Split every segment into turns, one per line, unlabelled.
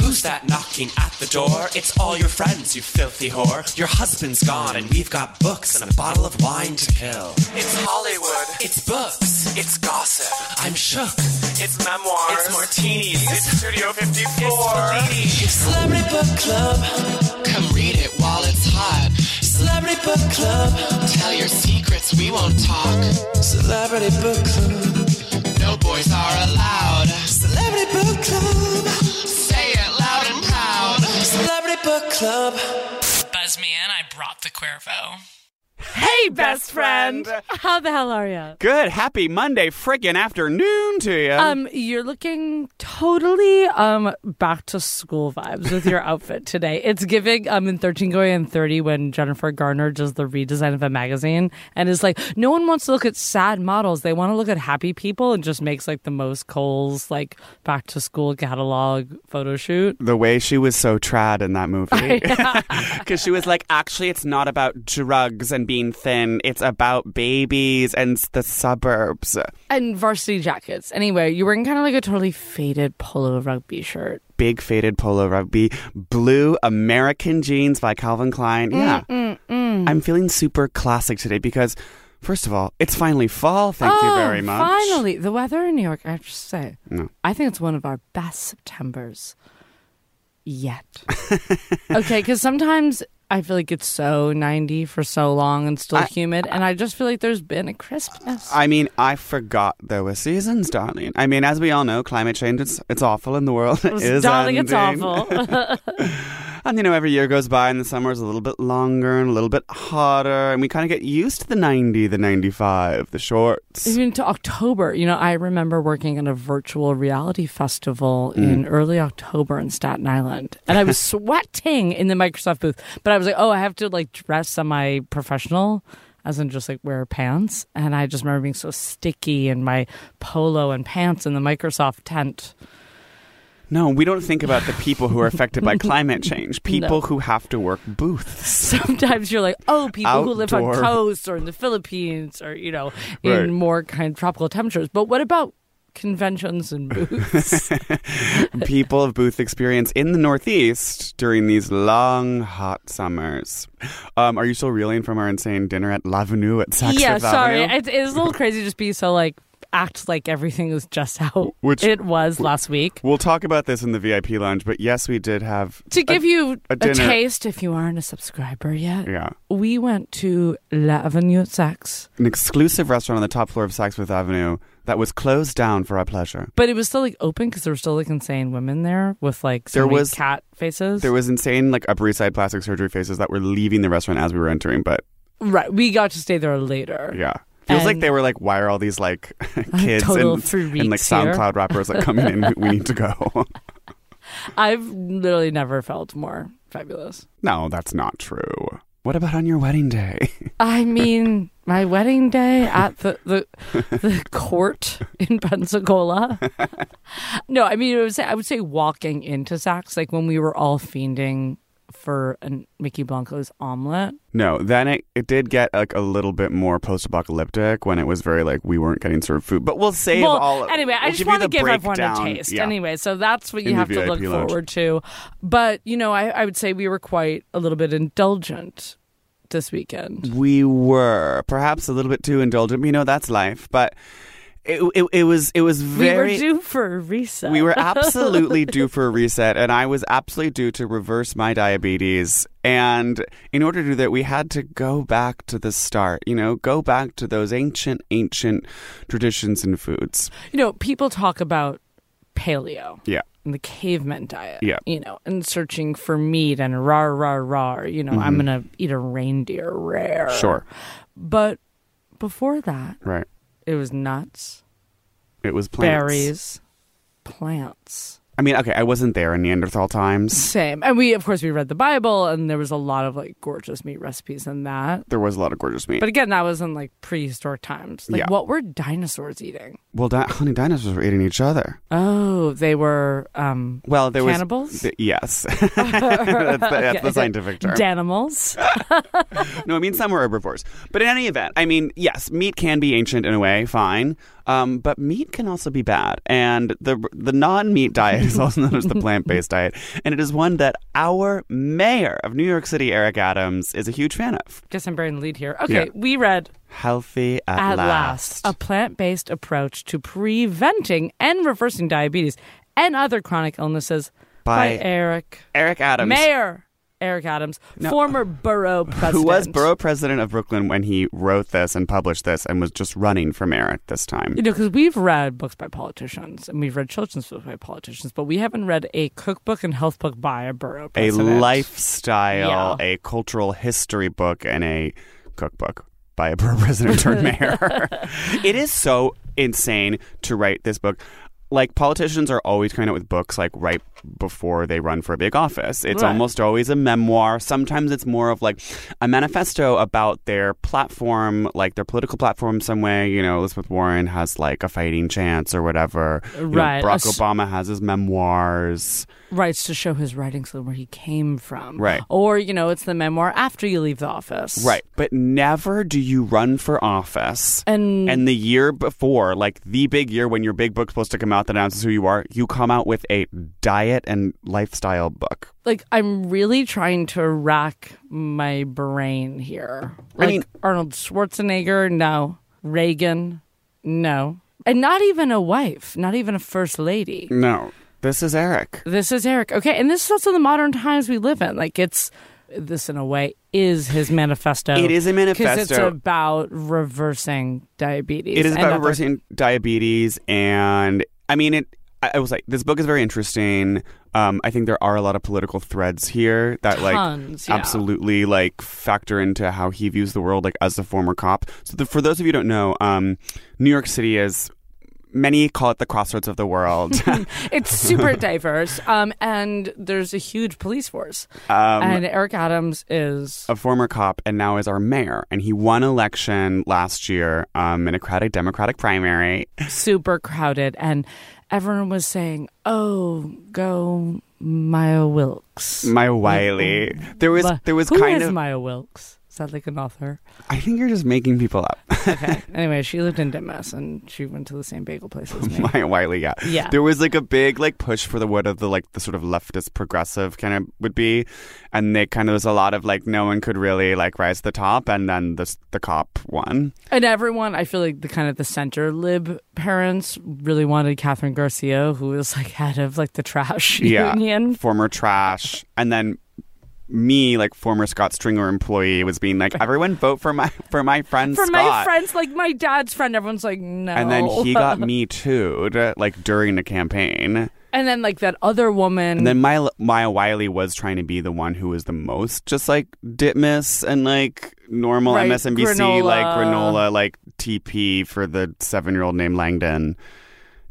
Who's that knocking at the door? It's all your friends, you filthy whore. Your husband's gone, and we've got books and a bottle of wine to kill. It's Hollywood. It's books. It's gossip. I'm shook. It's memoirs. It's martinis. It's Studio 54. It's Celebrity Book Club. Come read it while it's hot. Celebrity Book Club. Tell your secrets, we won't talk. Celebrity Book Club. No boys are allowed. Celebrity Book Club. Say it loud and proud. Celebrity Book Club.
Buzz me in, I brought the Cuervo.
Hey, best friend.
How the hell are you?
Good. Happy Monday friggin' afternoon to you.
Um, you're looking totally um back to school vibes with your outfit today. It's giving um in 13 going on 30 when Jennifer Garner does the redesign of a magazine and is like, no one wants to look at sad models. They want to look at happy people and just makes like the most Cole's like back to school catalog photo shoot.
the way she was so trad in that movie. Because she was like, actually, it's not about drugs and being thin. It's about babies and s- the suburbs.
And varsity jackets. Anyway, you're wearing kind of like a totally faded polo rugby shirt.
Big faded polo rugby, blue American jeans by Calvin Klein.
Mm,
Yeah. I'm feeling super classic today because, first of all, it's finally fall. Thank you
Oh,
very much.
Finally, the weather in New York, I have to say,
No.
I think it's one of our best Septembers yet. okay, because sometimes I feel like it's so 90 for so long and still humid, and I just feel like there's been a crispness.
I mean, I forgot there were seasons, darling. I mean, as we all know, climate change it's, it's awful in the world. It is
darling, it's
ending.
awful.
And you know, every year goes by, and the summer's a little bit longer and a little bit hotter, and we kind of get used to the ninety, the ninety-five, the shorts.
Even to October, you know, I remember working at a virtual reality festival
Mm.
in early October in Staten Island, and I was sweating in the Microsoft booth. But I was like, oh, I have to like dress semi-professional, as in just like wear pants. And I just remember being so sticky in my polo and pants in the Microsoft tent.
No, we don't think about the people who are affected by climate change. People who have to work booths.
Sometimes you're like, oh, people who live on
Outdoor.
coasts or in the Philippines or you know, in
Right.
more kind of tropical temperatures. But what about conventions and booths?
people of booth experience in the Northeast during these long, hot summers. Um, are you still reeling from our insane dinner at L'Avenue at Saks
yeah,
Fifth
sorry.
Avenue?
It, it's a little crazy to just be so like act like everything is just how
Which-
it was last week.
We'll talk about this in the VIP lounge, but yes, we did have
To give you
a
a,
dinner-
taste, if you aren't a subscriber yet,
Yeah.
we went to La Avenue at Saks,
an exclusive restaurant on the top floor of Saks Fifth Avenue that was closed down for our pleasure.
but it was still like open because there were still like insane women there with like so
There
many
was-
cat faces.
There was insane like Upper East Side plastic surgery faces that were leaving the restaurant as we were entering, but
right. We got to stay there later.
yeah. Feels like
And-
they were like, why are all these like kids
total
and,
freaks
and
here.
like SoundCloud rappers like coming in? We- We need to go.
I've literally never felt more fabulous.
no, that's not true. What about on your wedding day?
I mean, my wedding day at the the, the court in Pensacola. no, I mean, it was, I would say walking into Saks, like when we were all fiending for an Mickey Blanco's omelet.
No, then it, it did get like a little bit more post apocalyptic when it was very like we weren't getting served food, but we'll save
well,
all.
anyway, I
we'll
just
give you
want to
the
give everyone a
breakdown.
taste.
Yeah.
Anyway, so that's what you
In the
have to
VIP
look
lounge.
forward to. But you know, I, I would say we were quite a little bit indulgent this weekend.
we were perhaps a little bit too indulgent. but You know, that's life, but it it, it was it was very.
we were due for a reset.
we were absolutely due for a reset, and I was absolutely due to reverse my diabetes. And in order to do that, we had to go back to the start, you know, go back to those ancient, ancient traditions and foods.
you know, people talk about paleo.
Yeah.
and the caveman diet.
Yeah.
You know, and searching for meat and rar rar rar. You know, I'm gonna eat a reindeer rare.
Mm-hmm. Sure.
But before that,
Right.
it was nuts,
It was plants.
berries, plants.
I mean, okay, I wasn't there in Neanderthal times.
Same. And we of course we read the Bible and there was a lot of like gorgeous meat recipes in that.
There was a lot of gorgeous meat.
But again, that was in like prehistoric times. Like
Yeah.
what were dinosaurs eating?
well, di- honey, dinosaurs were eating each other.
Oh, they were um
Well, there was
Cannibals?
th- yes, that's, the, that's the
Okay.
scientific term.
Danimals.
no, I mean some were herbivores. But in any event, I mean, yes, meat can be ancient in a way, fine. Um, but meat can also be bad, and the the non meat diet is also known as the plant based diet, and it is one that our mayor of New York City, Eric Adams, is a huge fan of.
Guess I'm bearing the lead here. Okay,
Yeah.
we read
Healthy at,
At Last, a plant based approach to preventing and reversing diabetes and other chronic illnesses by,
By
Eric,
Eric Adams,
Mayor Eric Adams, former borough president.
who was borough president of Brooklyn when he wrote this and published this and was just running for mayor at this time.
You know, because we've read books by politicians and we've read children's books by politicians, but we haven't read a cookbook and health book by a borough
A
president.
lifestyle,
Yeah.
a cultural history book, and a cookbook by a borough president turned mayor. it is so insane to write this book. Like politicians are always coming out with books like right before they run for a big office. It's
Right.
almost always a memoir. Sometimes it's more of like a manifesto about their platform, like their political platform some way. You know, Elizabeth Warren has like a fighting chance or whatever. You know,
Right. A
Barack
s-
Obama has his memoirs.
Writes to show his writings and where he came from.
Right.
Or, you know, it's the memoir after you leave the office.
Right. But never do you run for office.
And,
And the year before, like the big year when your big book's supposed to come out that announces who you are, you come out with a diet and lifestyle book.
like I'm really trying to rack my brain here.
I
Like
mean-
Arnold Schwarzenegger, no. Reagan, no. And not even a wife, not even a first lady.
No. This is Eric.
This is Eric. Okay, and this is also the modern times we live in. Like it's this in a way is his manifesto.
It is a
Because it's
manifesto.
about reversing diabetes.
It is
and
about
other-
reversing diabetes, and I mean it. I I was like, this book is very interesting. Um, I think there are a lot of political threads here that, like,
Tons, yeah.
absolutely like factor into how he views the world, like as a former cop. So, the, for those of you who don't know, um, New York City is many call it the crossroads of the world.
It's super diverse. Um, and there's a huge police force.
Um,
and Eric Adams is
a former cop and now is our mayor, and he won election last year um, in a crowded Democratic primary.
super crowded and everyone was saying, "Oh, go Maya Wilkes."
Maya Wiley. There was
But
there was
who
kind
is
of.
Maya Wilkes. Is that like an author?
I think you're just making people up.
Okay. anyway, she lived in Denmas and she went to the same bagel place as me.
Maya Wiley, yeah.
Yeah.
There was like a big like push for the word of the like the sort of leftist progressive kind of would be, and they kind of was a lot of like no one could really like rise to the top, and then the the cop won.
and everyone, I feel like the kind of the center lib parents really wanted Catherine Garcia, who was like head of like the trash union.
Former trash, and then me like former Scott Stringer employee was being like everyone vote for my for my friend
For
Scott.
my friends, like my dad's friend, everyone's like, no.
and then he got me too, like during the campaign.
and then like that other woman.
And then Maya,
Mm-hmm.
Maya Wiley was trying to be the one who was the most just like Ditmas and like normal
Right,
MSNBC, like
granola.
granola, like TP for the seven year old named Langdon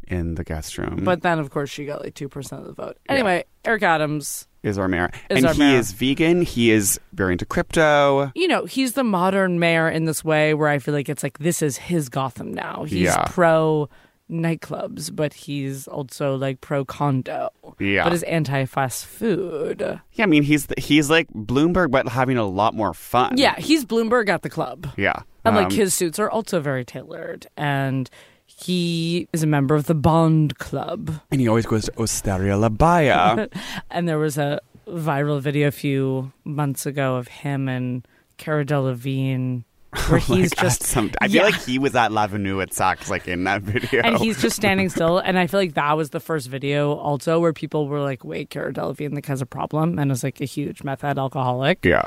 in the guest room.
But then, of course, she got like 2% of the vote. Anyway, Eric Adams.
is our mayor,
Is
and
our
he
mayor.
is vegan. He is very into crypto.
You know, he's the modern mayor in this way where I feel like it's like this is his Gotham now. He's
Yeah.
pro nightclubs, but he's also like pro condo.
Yeah.
But is anti fast food.
Yeah, I mean he's the, he's like Bloomberg, but having a lot more fun.
Yeah, he's Bloomberg at the club.
yeah.
And like
Um,
his suits are also very tailored. And he is a member of the Bond Club.
and he always goes to Osteria La Baya.
And there was a viral video a few months ago of him and Cara Delevingne where he's
Like, at
just
some- I
Yeah.
feel like he was at L'avenue at Saks, like in that video.
and he's just standing still. And I feel like that was the first video also where people were like, "Wait, Cara Delevingne like has a problem," and is like a huge meth head alcoholic.
yeah.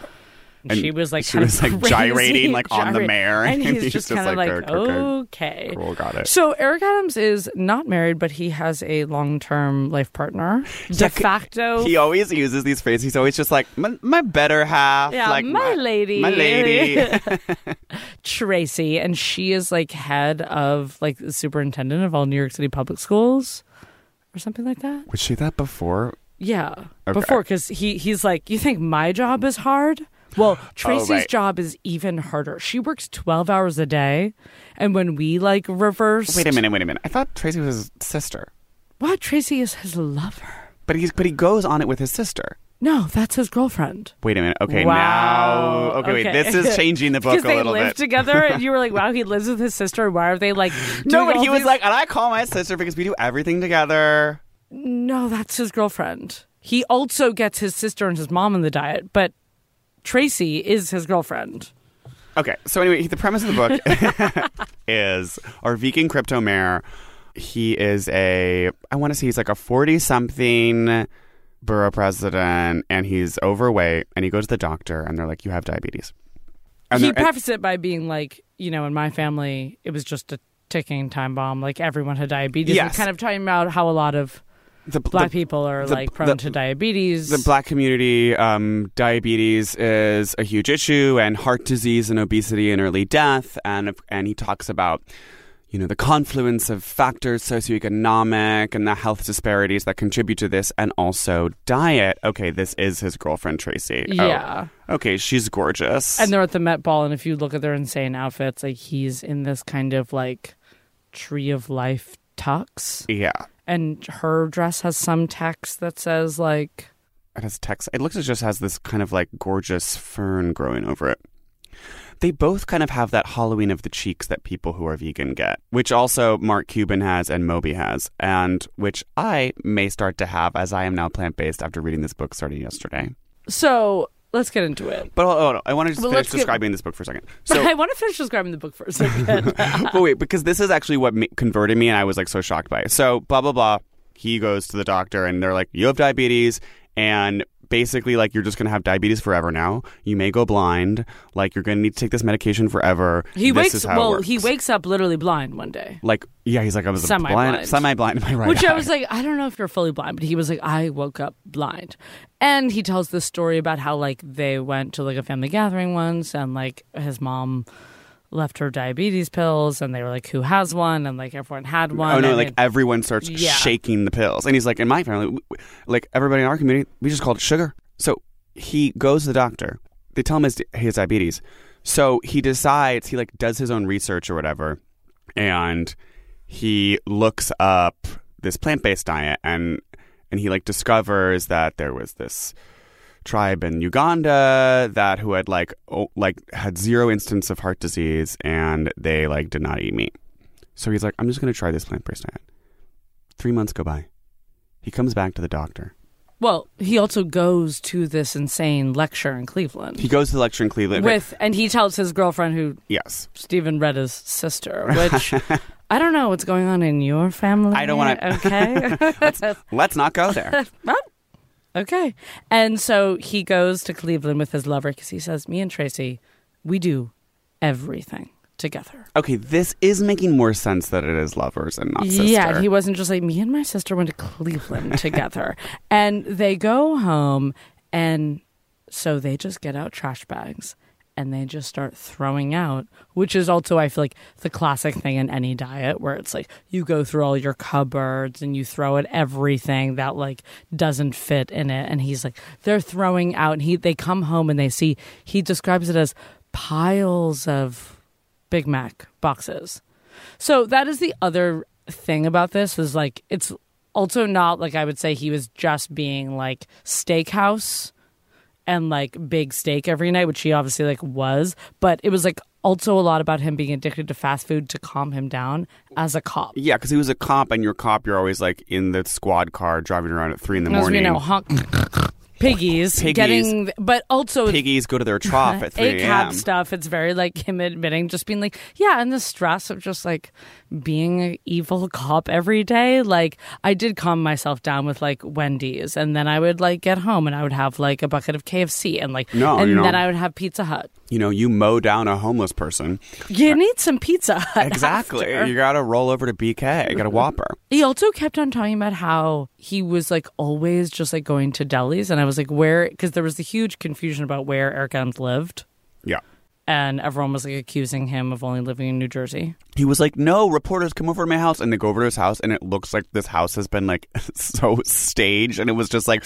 And she was like,
she
kind of
was, like,
crazy,
gyrating, like, on the
gyrating.
mayor,
and
and
he's,
he's
just,
just
kind of
like,
like,
"Okay, okay,
okay,
cool, got it."
So Eric Adams is not married, but he has a long-term life partner, de facto.
He always uses these phrases. He's always just like my, my better half.
Yeah,
like
my lady.
My lady.
Tracy, and she is like head of like the superintendent of all New York City public schools, or something like that.
was she that before?
Yeah.
Okay.
Before, because he, he's like, You think my job is hard? Well, Tracy's
Oh, right.
job is even harder. She works 12 hours a day. And when we like reverse.
Wait a minute, wait a minute. I thought Tracy was his sister.
What? Tracy is his lover.
But he's but he goes on it with his sister.
No, that's his girlfriend.
Wait a minute. Okay,
Wow.
now okay, wait,
Okay.
this is changing the book
Because
a
they
little
live
bit.
together, and you were like, "Wow, he lives with his sister. Why are they like?"
no,
doing
but
all
he was
these-
like, and I call my sister because we do everything together.
No, that's his girlfriend. He also gets his sister and his mom in the diet, but Tracy is his girlfriend.
Okay, so anyway, the premise of the book is our vegan crypto mayor. He is a, I want to say he's like a 40 something borough president and he's overweight and he goes to the doctor and they're like, you have diabetes. And
he
they're- and-
prefaced it by being like, you know, in my family, it was just a ticking time bomb. Like everyone had diabetes. And
Yes.
kind of talking about how a lot of
the,
black
the-
people are
the-
like prone
the-
to diabetes.
The black community, um, diabetes is a huge issue, and heart disease and obesity and early death. And and he talks about, you know, the confluence of factors, socioeconomic and the health disparities that contribute to this, and also diet. Okay, this is his girlfriend Tracy. Oh,
Yeah.
okay, she's gorgeous.
and they're at the Met Ball, and if you look at their insane outfits, like he's in this kind of like tree of life tux,
yeah,
and her dress has some text that says like
it has text. It looks it just has this kind of like gorgeous fern growing over it. They both kind of have that hollowing of the cheeks that people who are vegan get, which also Mark Cuban has and Moby has, and which I may start to have as I am now plant based after reading this book starting yesterday.
so. Let's get into it.
But oh, no, I want to just
Well,
finish
let's get-
describing this book for a second.
I want to finish describing the book first.
but wait, because this is actually what ma- converted me, and I was like so shocked by it. So blah blah blah. He goes to the doctor, and they're like, "You have diabetes, and basically like you're just gonna have diabetes forever now. You may go blind. Like you're gonna need to take this medication forever."
He
This
wakes
is how it
well.
works."
He wakes up literally blind one day,
Like yeah, he's like I was
Semi-blind.
blind, semi blind in my right
which
eye.
I was like, I don't know if you're fully blind, but he was like, I woke up blind, and he tells this story about how like they went to like a family gathering once, and like his mom left her diabetes pills, and they were like, who has one, and like everyone had one.
Oh no!
and
Like
it-
everyone starts
Yeah.
shaking the pills, and he's like, "In my family, w- w- like everybody in our community, we just called it sugar." So he goes to the doctor. They tell him his his diabetes. So he decides he like does his own research or whatever, and he looks up this plant based diet, and and he like discovers that there was this tribe in Uganda that who had like oh, like had zero instance of heart disease, and they like did not eat meat. So he's like, I'm just going to try this plant based diet. Three months go by. He comes back to the doctor.
well, he also goes to this insane lecture in Cleveland
He goes to the lecture in Cleveland.
with, and he tells his girlfriend who
yes.
Stephen Retta's sister, which I don't know what's going on in your family.
I don't wanna-
Okay.
Let's not go there.
Well, okay. And so he goes to Cleveland with his lover because he says, "Me and Tracy, we do everything together."
okay, this is making more sense that it is lovers and not sister.
Yeah, he wasn't just like me and my sister went to Cleveland together, and they go home, and so they just get out trash bags and they just start throwing out, which is also, I feel like, the classic thing in any diet where it's like you go through all your cupboards and you throw at everything that like doesn't fit in it. And he's like, they're throwing out, and he, they come home and they see, he describes it as piles of Big Mac boxes. So that is the other thing about this is like it's also not like I would say he was just being like steakhouse and like big steak every night, which he obviously like was, but it was like also a lot about him being addicted to fast food to calm him down as a cop.
Yeah, because he was a cop, and you're a cop, you're always like in the squad car driving around at three in the
As we
morning.
know, honk piggies,
Piggies.
getting but also
Piggies go to their trough at three a.m.
ACAB stuff. It's very like him admitting, just being like, yeah, and the stress of just like being an evil cop every day. Like, I did calm myself down with like Wendy's, and then I would like get home and I would have like a bucket of KFC, and like,
No,
and
you know.
then I would have Pizza Hut.
You know, you mow down a homeless person.
You need some Pizza Hut.
Exactly.
after.
You got to roll over to BK. You got a Whopper.
He also kept on talking about how he was like always just like going to delis, and I was like, where? Because there was the huge confusion about where Eric Adams lived.
Yeah.
And everyone was like accusing him of only living in New Jersey.
He was like, "No, reporters come over to my house," and they go over to his house, and it looks like this house has been like so staged, and it was just like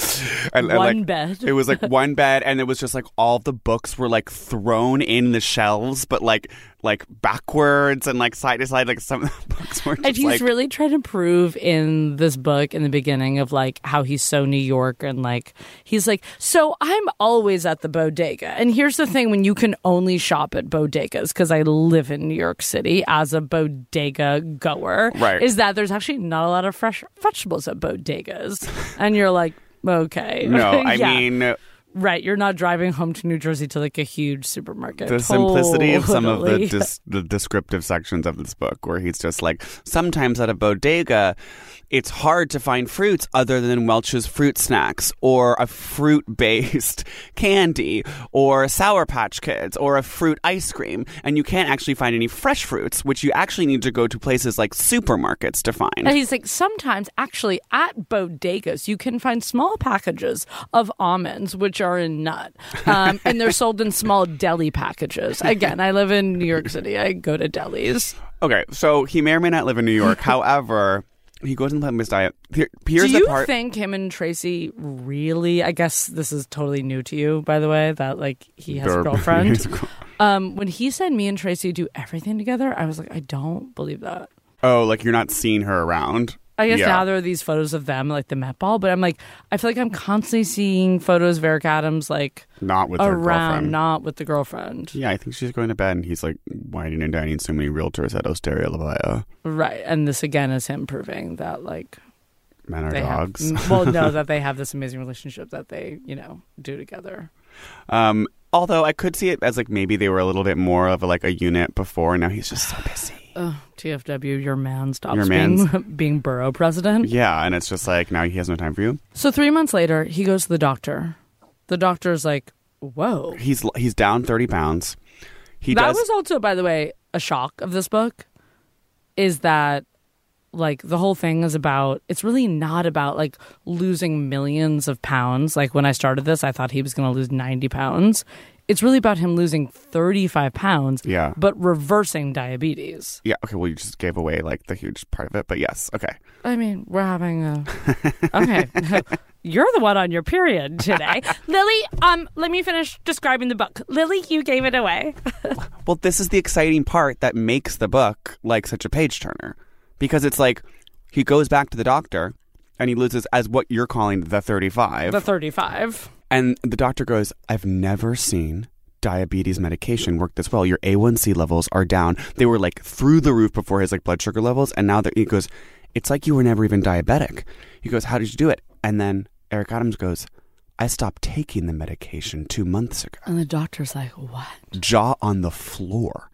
and, and,
One
like,
bed.
It was like one bed, and it was just like all the books were like thrown in the shelves, but like like backwards and like side to side, like some of the books were. Just,
And he's
like,
really trying to prove in this book in the beginning of like how he's so New York and like he's like, so I'm always at the bodega. And here's the thing when you can only shop at bodegas, because I live in New York City as a bodega goer,
Right.
is that there's actually not a lot of fresh vegetables at bodegas. and you're like, okay.
no. I
Yeah.
mean,
right. You're not driving home to New Jersey to like a huge supermarket.
the simplicity of some of the,
Totally.
dis- the descriptive sections of this book where he's just like sometimes at a bodega it's hard to find fruits other than welch's fruit snacks or a fruit based candy or sour patch kids or a fruit ice cream and you can't actually find any fresh fruits which you actually need to go to places like supermarkets to find
And he's like, sometimes actually at bodegas, you can find small packages of almonds, which are in nut. Um, and they're sold in small deli packages. Again, I live in New York City. I go to delis.
okay so he may or may not live in new york however he goes on the plant-based diet Here- here's
Do you
the part
think him and Tracy really, I guess this is totally new to you, by the way, that like he has
They're-
a girlfriend.
he's a girl-
um, when he said me and Tracy do everything together, I was like, I don't believe that.
oh like you're not seeing her around
I guess
Yeah.
now there are these photos of them, like the Met Ball, but I'm like, I feel like I'm constantly seeing photos of Eric Adams, like
not with her
around,
girlfriend.
not with the girlfriend.
yeah, I think she's going to bed, and he's like whining and dining so many realtors at Osteria La Brea.
Right. And this again is him proving that, like,
Men are
they
dogs.
have, well, no, that they have this amazing relationship that they, you know, do together.
Um, although I could see it as like maybe they were a little bit more of like a unit before, and now he's just so busy.
Ugh, TFW, your man stops
Your
being, being borough president.
Yeah, and it's just like now he has no time for you.
So three months later, he goes to the doctor. The doctor's like, whoa.
He's he's down thirty pounds. He
that
does.
was also, by the way, a shock of this book is that like the whole thing is about it's really not about like losing millions of pounds. Like when I started this, I thought he was going to lose 90 pounds. It's really about him losing 35 pounds,
Yeah.
but reversing diabetes.
yeah. Okay. Well, you just gave away like the huge part of it, but yes. Okay.
I mean, we're having a okay. You're the one on your period today, Lily. Um, let me finish describing the book. Lily, you gave it away.
Well, this is the exciting part that makes the book like such a page turner because it's like he goes back to the doctor and he loses as what you're calling the 35.
The 35.
and the doctor goes, I've never seen diabetes medication work this well. Your A1C levels are down. They were like through the roof before his like blood sugar levels. And now that he goes, it's like you were never even diabetic. He goes, how did you do it? And then Eric Adams goes, I stopped taking the medication two months ago
And the doctor's like, what?
jaw on the floor.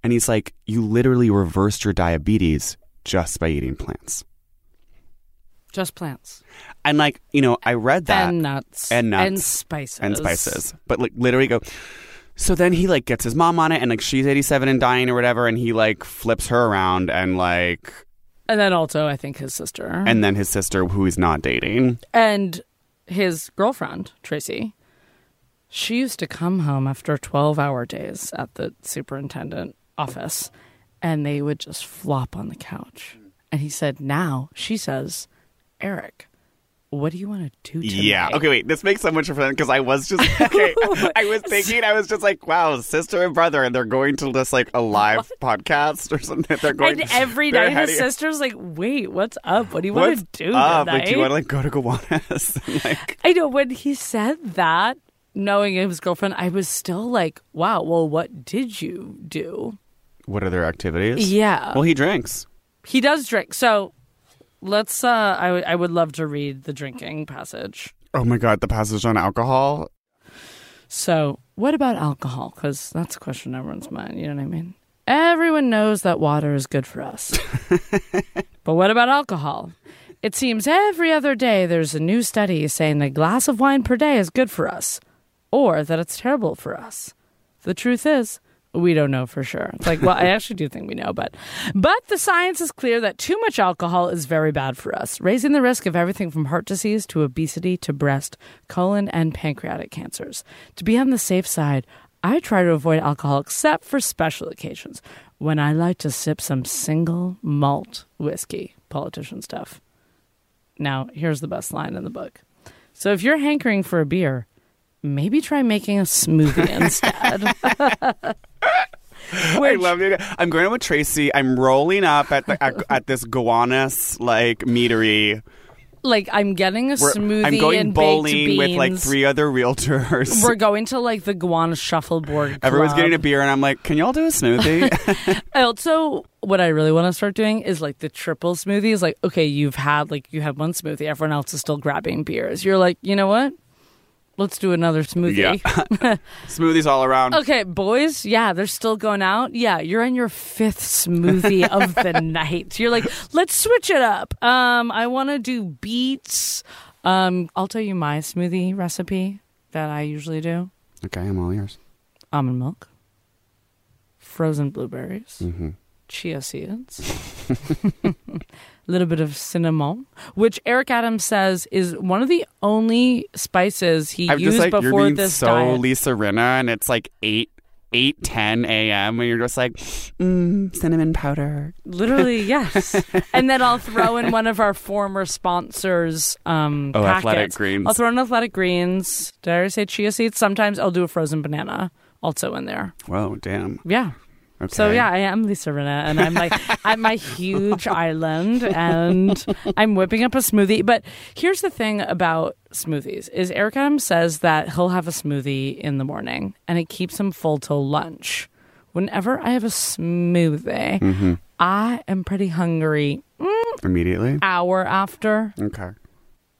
And he's like, You literally reversed your diabetes just by eating plants.
Just plants
And like, you know, I read that
and nuts
And nuts.
and spices
and spices. But like literally go So then he like gets his mom on it and like she's eighty seven and dying or whatever and he like flips her around and like
and then also I think his sister and,
and then his sister who he's not dating.
his girlfriend Tracy. She used to come home after 12 hour days at the superintendent office and they would just flop on the couch. And he said, Now, she says, Eric, what do you want to do tonight?
Yeah. Okay, wait. This makes so much fun because I was just okay.
Oh
I was thinking I was just like, wow, sister and brother, and they're going to just like a live podcast or something. They're going
And every night
they're
his
heading-
sister's like, Wait, what's up? What do you want
What's
to do
up?
tonight?
Like, do you want to like go to Gowanus? And, like,
I know when he said that, knowing it was girlfriend, I was still like, wow, well, what did you do?
what are their activities?
Yeah.
Well, he drinks.
He does drink. So let's, uh, I, w- I would love to read the drinking passage.
Oh my god, the passage on alcohol.
So, what about alcohol? Because that's a question in everyone's mind. You know what I mean? Everyone knows that water is good for us. but what about alcohol? It seems every other day there's a new study saying that a glass of wine per day is good for us or that it's terrible for us. The truth is, we don't know for sure. It's like, well, I actually do think we know, but but the science is clear that too much alcohol is very bad for us, raising the risk of everything from heart disease to obesity to breast, colon, and pancreatic cancers. To be on the safe side, I try to avoid alcohol except for special occasions when I like to sip some single malt whiskey, politician stuff. Now, here's the best line in the book. So if you're hankering for a beer, maybe try making a smoothie instead.
I love it. I'm going with Tracy. I'm rolling up at the at, at this Gowanus like meatery.
like I'm getting a
We're-
smoothie
I'm going
and baked
bowling
beans.
with like three other realtors.
We're going to like the Guan Shuffleboard. Club.
Everyone's getting a beer, and I'm like, "Can y'all do a smoothie?"
I also, what I really want to start doing is like the triple smoothies. Like, okay, you've had like you have one smoothie. Everyone else is still grabbing beers. You're like, you know what? Let's do another smoothie.
Smoothies all around.
okay, boys. Yeah, they're still going out. Yeah, you're on your fifth smoothie of the night. You're like, let's switch it up. Um, I want to do beets. Um, I'll tell you my smoothie recipe that I usually do.
Okay, I'm all yours.
almond milk, frozen blueberries,
Mm-hmm.
chia seeds, a little bit of cinnamon, which Eric Adams says is one of the only spices he
I'm
used
just like you're
before
being
this
so
diet.
Lisa Rinna, and it's like eight eight ten a.m. and you're just like, mm, cinnamon powder.
Literally, yes. and then I'll throw in one of our former sponsors. Um,
Oh,
packets.
Athletic Greens.
I'll throw in athletic greens. Did I already say chia seeds? Sometimes I'll do a frozen banana also in there.
Whoa, damn.
Yeah.
Okay.
So yeah, I am Lisa Rinna, and I'm like I'm my huge island, and I'm whipping up a smoothie. But here's the thing about smoothies: is Eric Adams says that he'll have a smoothie in the morning, and it keeps him full till lunch. Whenever I have a smoothie, I am pretty hungry
immediately.
hour after,
Okay.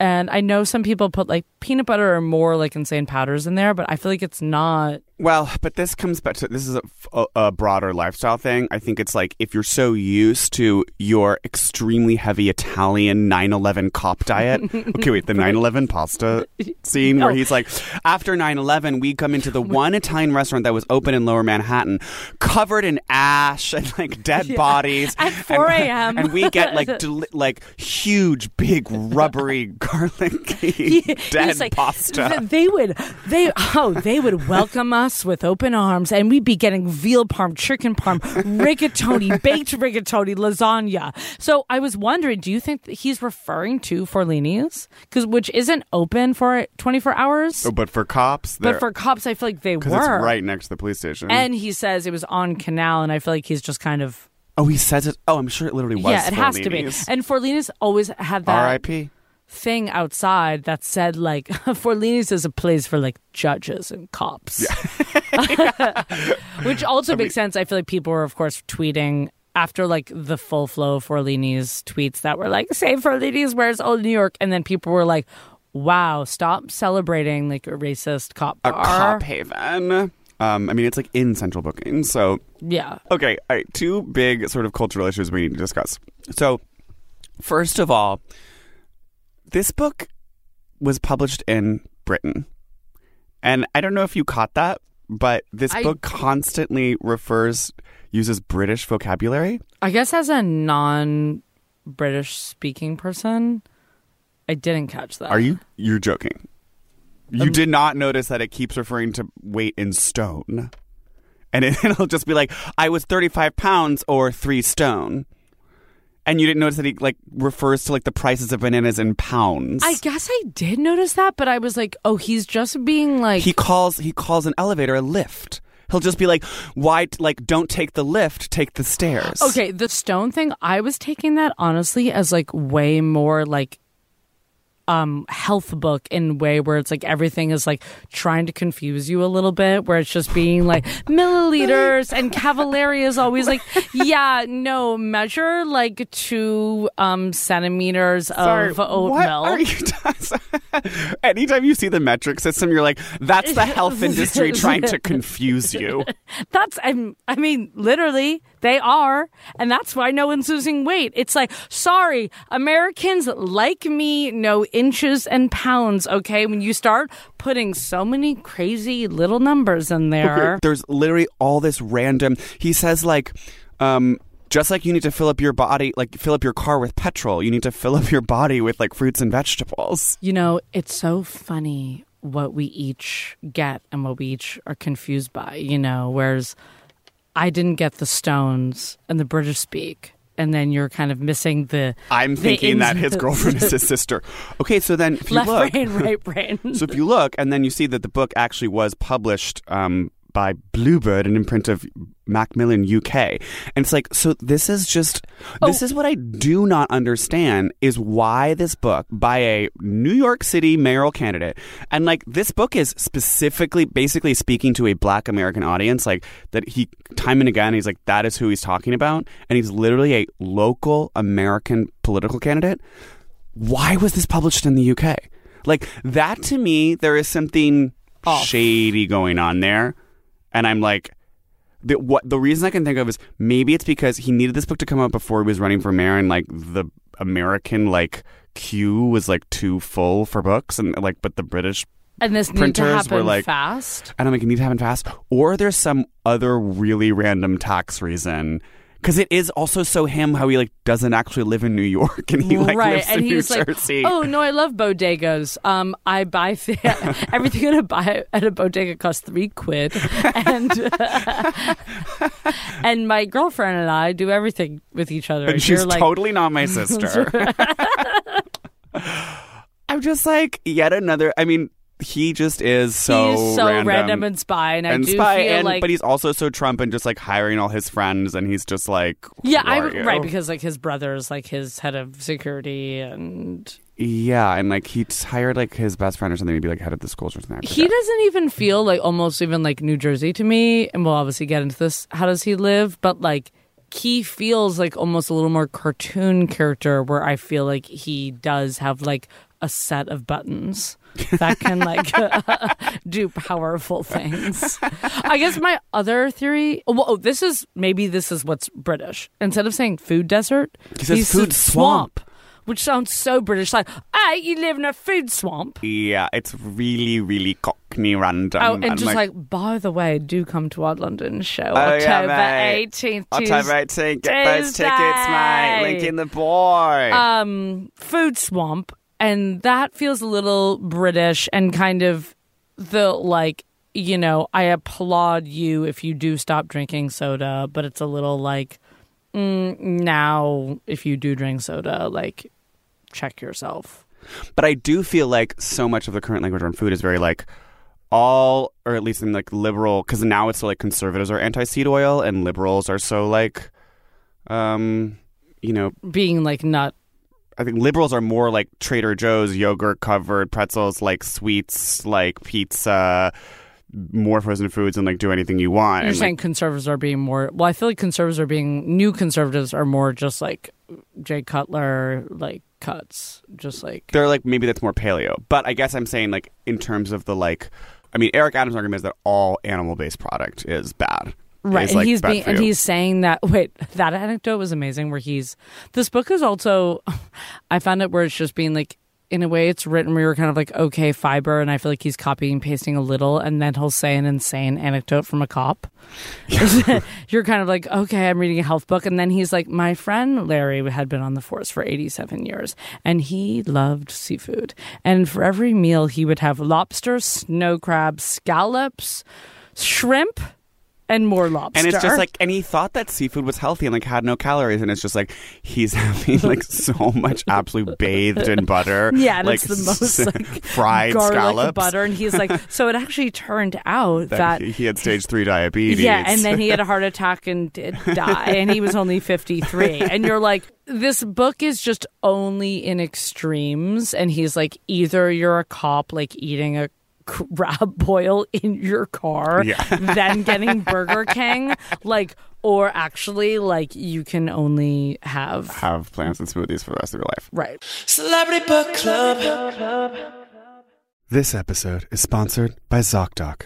and I know some people put like peanut butter or more like insane powders in there, but I feel like it's not
Well, but this comes back to this is a, a, a broader lifestyle thing. I think it's like if you're so used to your extremely heavy Italian 9/11 cop diet. Okay, wait, the 9/11 pasta scene where he's like, after 9/11, we come into the one Italian restaurant that was open in Lower Manhattan, covered in ash and like dead bodies
At
and-
4 a.m..
and we get like deli- like huge, big, rubbery garlicky
He-
dead
he's like,
pasta.
"Th- They would, they oh, they would welcome us with open arms, and we'd be getting veal parm, chicken parm, rigatoni, baked rigatoni, lasagna. So I was wondering, do you think that he's referring to Forlini's, because which isn't open for 24 hours,
Oh, but for cops,
but
they're-
for cops, I feel like they
Because it's
were
right next to the police station.
And he says it was on Canal, and I feel like he's just kind of
oh, he says it. Oh, I'm sure it literally was.
yeah, it has to be.
Fellini's.
And Forlini's always had that
R.I.P.
thing outside that said like Forlini's is a place for like judges and cops. Which also makes sense. I feel like people were of course tweeting after like the full flow of Forlini's tweets that were like, Save Forlini's, where's old New York? And then people were like, Wow, stop celebrating like a racist cop
A
bar.
cop haven. Um, I mean, it's like in central booking. So,
yeah.
okay, all right, two big sort of cultural issues we need to discuss. So, first of all, this book was published in Britain. And I don't know if you caught that, but this
I-
book constantly refers, uses British vocabulary.
I guess as a non British speaking person, I didn't catch that.
Are you, you're joking. You
Um,
did not notice that it keeps referring to weight in stone. And it, it'll just be like, I was 35 pounds or three stone. And you didn't notice that he like refers to like the prices of bananas in pounds.
I guess I did notice that, but I was like, oh, he's just being like.
he calls he calls an elevator a lift. He'll just be like, why like don't take the lift, take the stairs.
okay, the stone thing, I was taking that honestly as like way more like um health book in way where it's like everything is like trying to confuse you a little bit where it's just being like milliliters and cavallari is always like yeah no measure like two um centimeters of oat
what
milk
are you doing? Anytime you see the metric system, you're like, that's the health industry trying to confuse you.
That's I'm, I mean, literally, they are, and that's why no one's losing weight. It's like, sorry, Americans like me know inches and pounds. Okay, when you start putting so many crazy little numbers in there,
There's literally all this random. He says like, um, just like you need to fill up your body, like fill up your car with petrol, you need to fill up your body with like fruits and vegetables.
you know, it's so funny what we each get and what we each are confused by. You know, whereas I didn't get the Stones and the British speak. And then you're kind of missing the.
I'm
the
thinking that
ins-
his girlfriend is his sister. Okay, so then if you
left
look,
brain, right brain.
so if you look, and then you see that the book actually was published um, by Bluebird, an imprint of Macmillan UK, and it's like, so this is just, this is what I do not understand is why this book by a New York City mayoral candidate, and like this book is specifically, basically speaking to a Black American audience, like that he time and again he's like that is who he's talking about, and he's literally a local American political candidate why was this published in the UK? Like that to me, there is something shady going on there, and I'm like, the, what? The reason I can think of is maybe it's because he needed this book to come out before he was running for mayor, and like the American like queue was like too full for books, and like but the British
and this needed to
printers
happen
were like-
fast.
and I'm like, it needs to happen fast. Or there's some other really random tax reason. Because it is also so him how he like doesn't actually live in New York and he like
right,
lives
and
in
he's
New
like,
Jersey.
"Oh no, I love bodegas. Um, I buy th- everything at a buy at a bodega costs three quid, and and my girlfriend and I do everything with each other.
and she's
You're like,
totally not my sister. I'm just like yet another. I mean, he just is so
he's so random, and spy, and, I do
spy,
feel
and
like,
but he's also so Trump and just like hiring all his friends, and he's just like, who
yeah, I
are
would-
you?
right because like his brother's like his head of security, and
yeah, and like he just hired like his best friend or something to be like head of the schools or something. I
He
forget.
doesn't even feel like almost even like New Jersey to me. And we'll obviously get into this. How does he live? But like, he feels like almost a little more cartoon character where I feel like he does have like a set of buttons that can like do powerful things. I guess my other theory, well, oh, this is maybe this is what's British. Instead of saying food desert,
He says food swamp.
Which sounds so British, like, ah, you live in a food swamp.
Yeah, it's really, really cockney random.
Oh, and
I'm
just like, by the way, do come to our London show
Oh, yeah,
October
mate.
eighteenth.
October 18th, get those tickets, mate. Link
Tuesday.
in the boy.
Um, food swamp, and that feels a little British and kind of the like. You know, I applaud you if you do stop drinking soda, but it's a little like mm, now if you do drink soda, like check yourself.
but I do feel like so much of the current language on food is very like all, or at least in like liberal, because now it's like conservatives are anti seed oil and liberals are so like, um, you know,
Being like not
I think liberals are more like Trader Joe's yogurt covered pretzels, like sweets, like pizza, more frozen foods, and like do anything you want.
You're
And, like,
saying conservatives are being more. Well, I feel like conservatives are being new. Conservatives are more just like Jay Cutler, like cuts, just like
they're like maybe that's more paleo but i guess i'm saying like in terms of the like i mean eric adams argument is that all animal based product is bad
right.
Is,
And
like,
he's
bad
being
for
and
you.
he's saying that. Wait, that anecdote was amazing. Where he's this book is also, I found it where it's just being like in a way it's written where you're kind of like, okay, fiber, and I feel like he's copying and pasting a little, and then he'll say an insane anecdote from a cop. you're kind of like, okay, I'm reading a health book, and then he's like, my friend Larry had been on the force for 87 years, and he loved seafood, and for every meal he would have lobster, snow crab, scallops, shrimp. And more lobster.
And it's just like, and he thought that seafood was healthy and like had no calories, and it's just like he's having like so much absolute bathed in butter,
Yeah, and
like
it's the most
s-
like
fried
garlic
scallops.
butter, and he's like, so it actually turned out
that,
that,
he, he had stage three diabetes.
yeah, and then he had a heart attack and did die, and he was only fifty three, and you're like, this book is just only in extremes, and he's like, either you're a cop, like eating a crab boil in your car,
Yeah.
then getting Burger King, like. Or actually, like, you can only have.
have plants and smoothies for the rest of your life.
Right.
Celebrity Book Club.
This episode is sponsored by ZocDoc.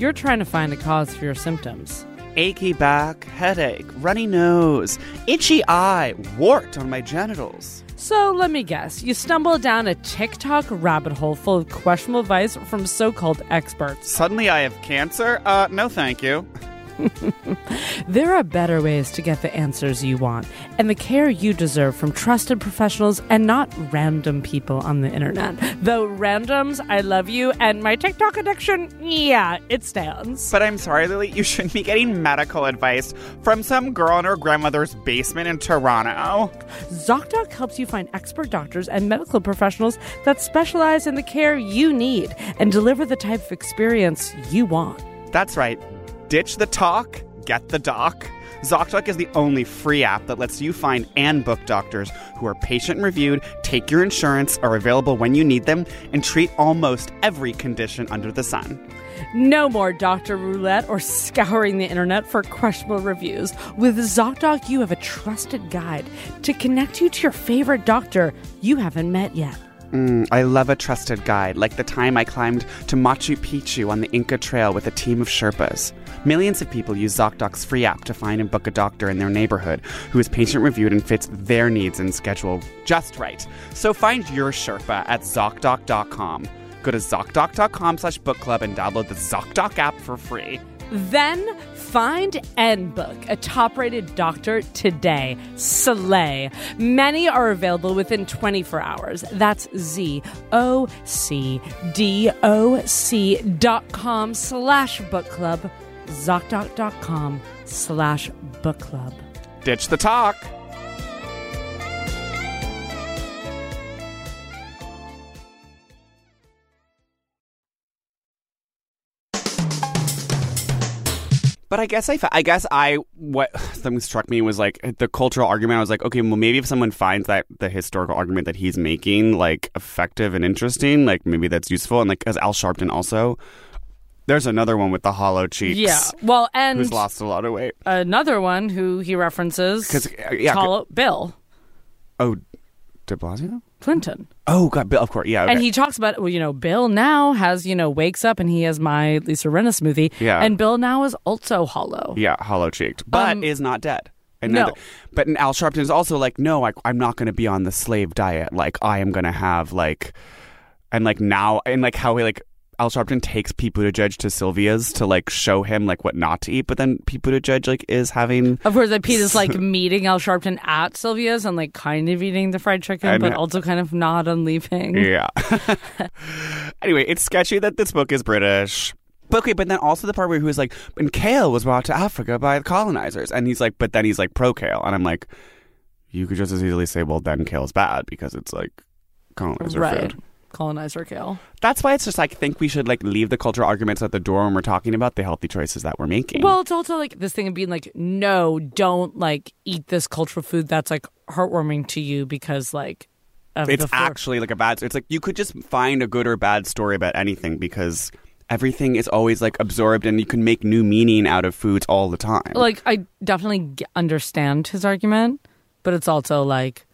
You're trying to find a cause for your symptoms.
Achy back, headache, runny nose, itchy eye, wart on my genitals.
So let me guess, you stumble down a TikTok rabbit hole full of questionable advice from so called experts.
Suddenly I have cancer? Uh, no thank you.
There are better ways to get the answers you want and the care you deserve from trusted professionals and not random people on the internet. Though randoms, I love you, and my TikTok addiction, yeah, it stands.
But I'm sorry, Lily, you shouldn't be getting medical advice from some girl in her grandmother's basement in Toronto.
ZocDoc helps you find expert doctors and medical professionals that specialize in the care you need and deliver the type of experience you want.
That's right. Ditch the talk, get the doc. ZocDoc is the only free app that lets you find and book doctors who are patient reviewed, take your insurance, are available when you need them, and treat almost every condition under the sun.
No more Dr. Roulette or scouring the internet for questionable reviews. With ZocDoc, you have a trusted guide to connect you to your favorite doctor you haven't met yet.
Mm, I love a trusted guide, like the time I climbed to Machu Picchu on the Inca Trail with a team of Sherpas. Millions of people use ZocDoc's free app to find and book a doctor in their neighborhood who is patient reviewed and fits their needs and schedule just right. So find your Sherpa at ZocDoc.com. Go to ZocDoc.com slash book club and download the ZocDoc app for free.
Then find and book a top rated doctor today, Soleil. Many are available within 24 hours. That's Z O C D O C dot com slash book club, ZocDoc.com slash book club.
Ditch the talk. But I guess I, fa- I guess I what something struck me was like the cultural argument. I was like, okay, well maybe if someone finds that the historical argument that he's making like effective and interesting, like maybe that's useful. And like as Al Sharpton also, there's another one with the hollow cheeks.
Yeah. Well, and
who's lost a lot of weight.
another one who he references,
'Cause, uh, yeah,
Tall- Bill
Oh, De Blasio.
Clinton.
Oh God, Bill, of course, yeah.
And
okay.
he talks about, well, you know, Bill now has, you know, wakes up and he has my Lisa Renna smoothie.
Yeah.
And Bill now is also hollow.
yeah, hollow cheeked, but
Um,
is not dead. And
no.
then- but Al Sharpton is also like, no, I, I'm not going to be on the slave diet. Like, I am going to have like, and like now, and like how he like. Al Sharpton takes Pete Buttigieg to Sylvia's to like show him like what not to eat, but then Pete Buttigieg like is having
Of course, that Pete is like meeting Al Sharpton at Sylvia's and like kind of eating the fried chicken,
And-
but also kind of not on leaving.
Yeah. anyway, it's sketchy that this book is British. But okay, but then also the part where he was like, and kale was brought to Africa by the colonizers. And he's like, but then he's like pro kale. And I'm like, you could just as easily say, well, then kale's bad because it's like colonizer
Right.
food.
Colonizer Kale.
That's why it's just like, I think we should like leave the cultural arguments at the door when we're talking about the healthy choices that we're making.
Well, it's also like this thing of being like, no, don't like eat this cultural food that's like heartwarming to you because like of
it's
the flavor.
actually like a bad it's like you could just find a good or bad story about anything because everything is always like absorbed and you can make new meaning out of foods all the time
like I definitely g- understand his argument, but it's also like,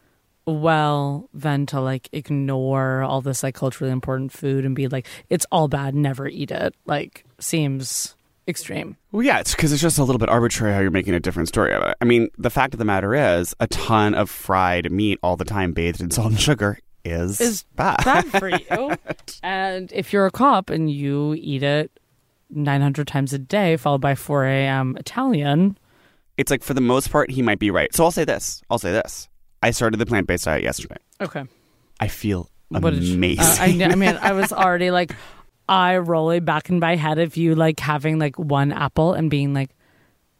well, then to like ignore all this like culturally important food and be like, it's all bad, never eat it, like seems extreme.
Well, yeah, it's because it's just a little bit arbitrary how you're making a different story of it. I mean, the fact of the matter is, a ton of fried meat all the time, bathed in salt and sugar, is,
Is
bad.
Bad for you. and if you're a cop and you eat it 900 times a day, followed by 4 a.m. Italian,
It's like for the most part, he might be right. So I'll say this. I'll say this. I started the plant based diet yesterday.
okay.
I feel
What did you-
amazing.
uh, I, kn- I mean, I was already like eye rolling back in my head of you like having like one apple and being like,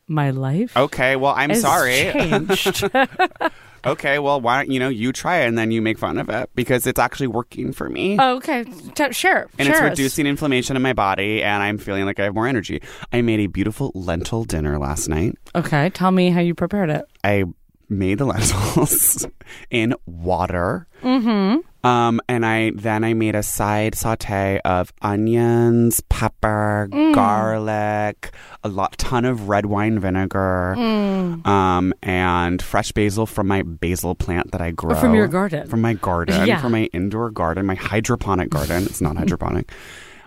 my life.
okay, well, Oh, I'm
is
sorry.
Changed.
okay, well, why don't you know you try it and then you make fun of it because it's actually working for me.
Oh, okay, T- sure.
and
sure.
it's reducing inflammation in my body, and I'm feeling like I have more energy. I made a beautiful lentil dinner last night.
Okay, tell me how you prepared it.
I made the lentils in water. Mm-hmm. Um, and I then I made a side saute of onions, pepper,
Mm.
garlic, a lot ton of red wine vinegar,
Mm.
um, and fresh basil from my basil plant that I grow
from your garden.
from my garden,
Yeah.
from my indoor garden, my hydroponic garden. It's not hydroponic.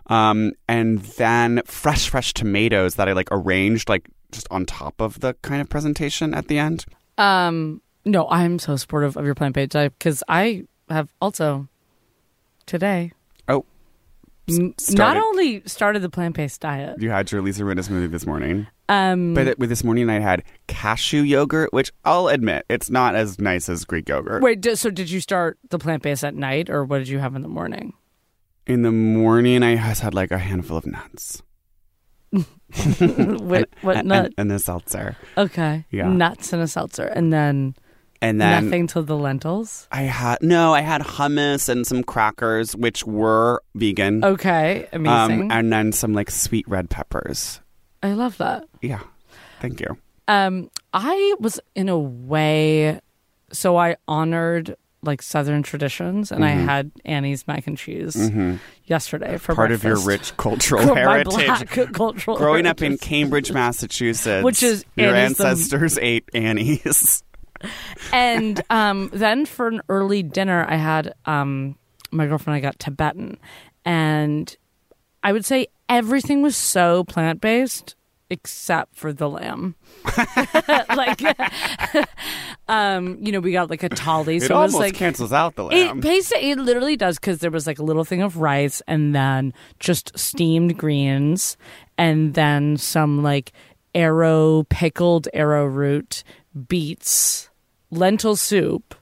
Um, and then fresh, fresh tomatoes that I like arranged like just on top of the kind of presentation at the end.
Um, no, I'm so supportive of your plant based diet because I have also today
Oh,
m- not
started-
only started the plant based diet.
you had your Lisa Rinna smoothie this morning.
Um,
But it- with this morning, I had cashew yogurt, which I'll admit it's not as nice as Greek yogurt.
wait, d- so did you start the plant based at night, or what did you have in the morning?
In the morning, I has had like a handful of nuts.
what what
and,
nut?
And, and a seltzer.
okay,
Yeah.
nuts and a seltzer, and then,
And then
nothing till the lentils.
I had no, I had hummus and some crackers, which were vegan. Um,
Okay, Oh, amazing.
and then some like sweet red peppers.
I love that.
Yeah. Thank you.
Um, I was in a way, so I honored like Southern traditions, and
Mm-hmm.
I had Annie's mac and cheese yesterday for
Part of your
breakfast.
rich cultural
For my
heritage.
black cultural
Growing up in
heritage.
Cambridge, Massachusetts,
Which is
your
Annie's the-
ancestors ate Annie's.
and um, then for an early dinner, I had um, my girlfriend. and I got Tibetan, and I would say everything was so plant based except for the lamb. like, um, you know, we got like a tolly, so
it
it was
almost
like
cancels out the lamb.
It pasta, it literally does because there was like a little thing of rice and then just steamed greens and then some like arrow pickled arrowroot beets lentil soup.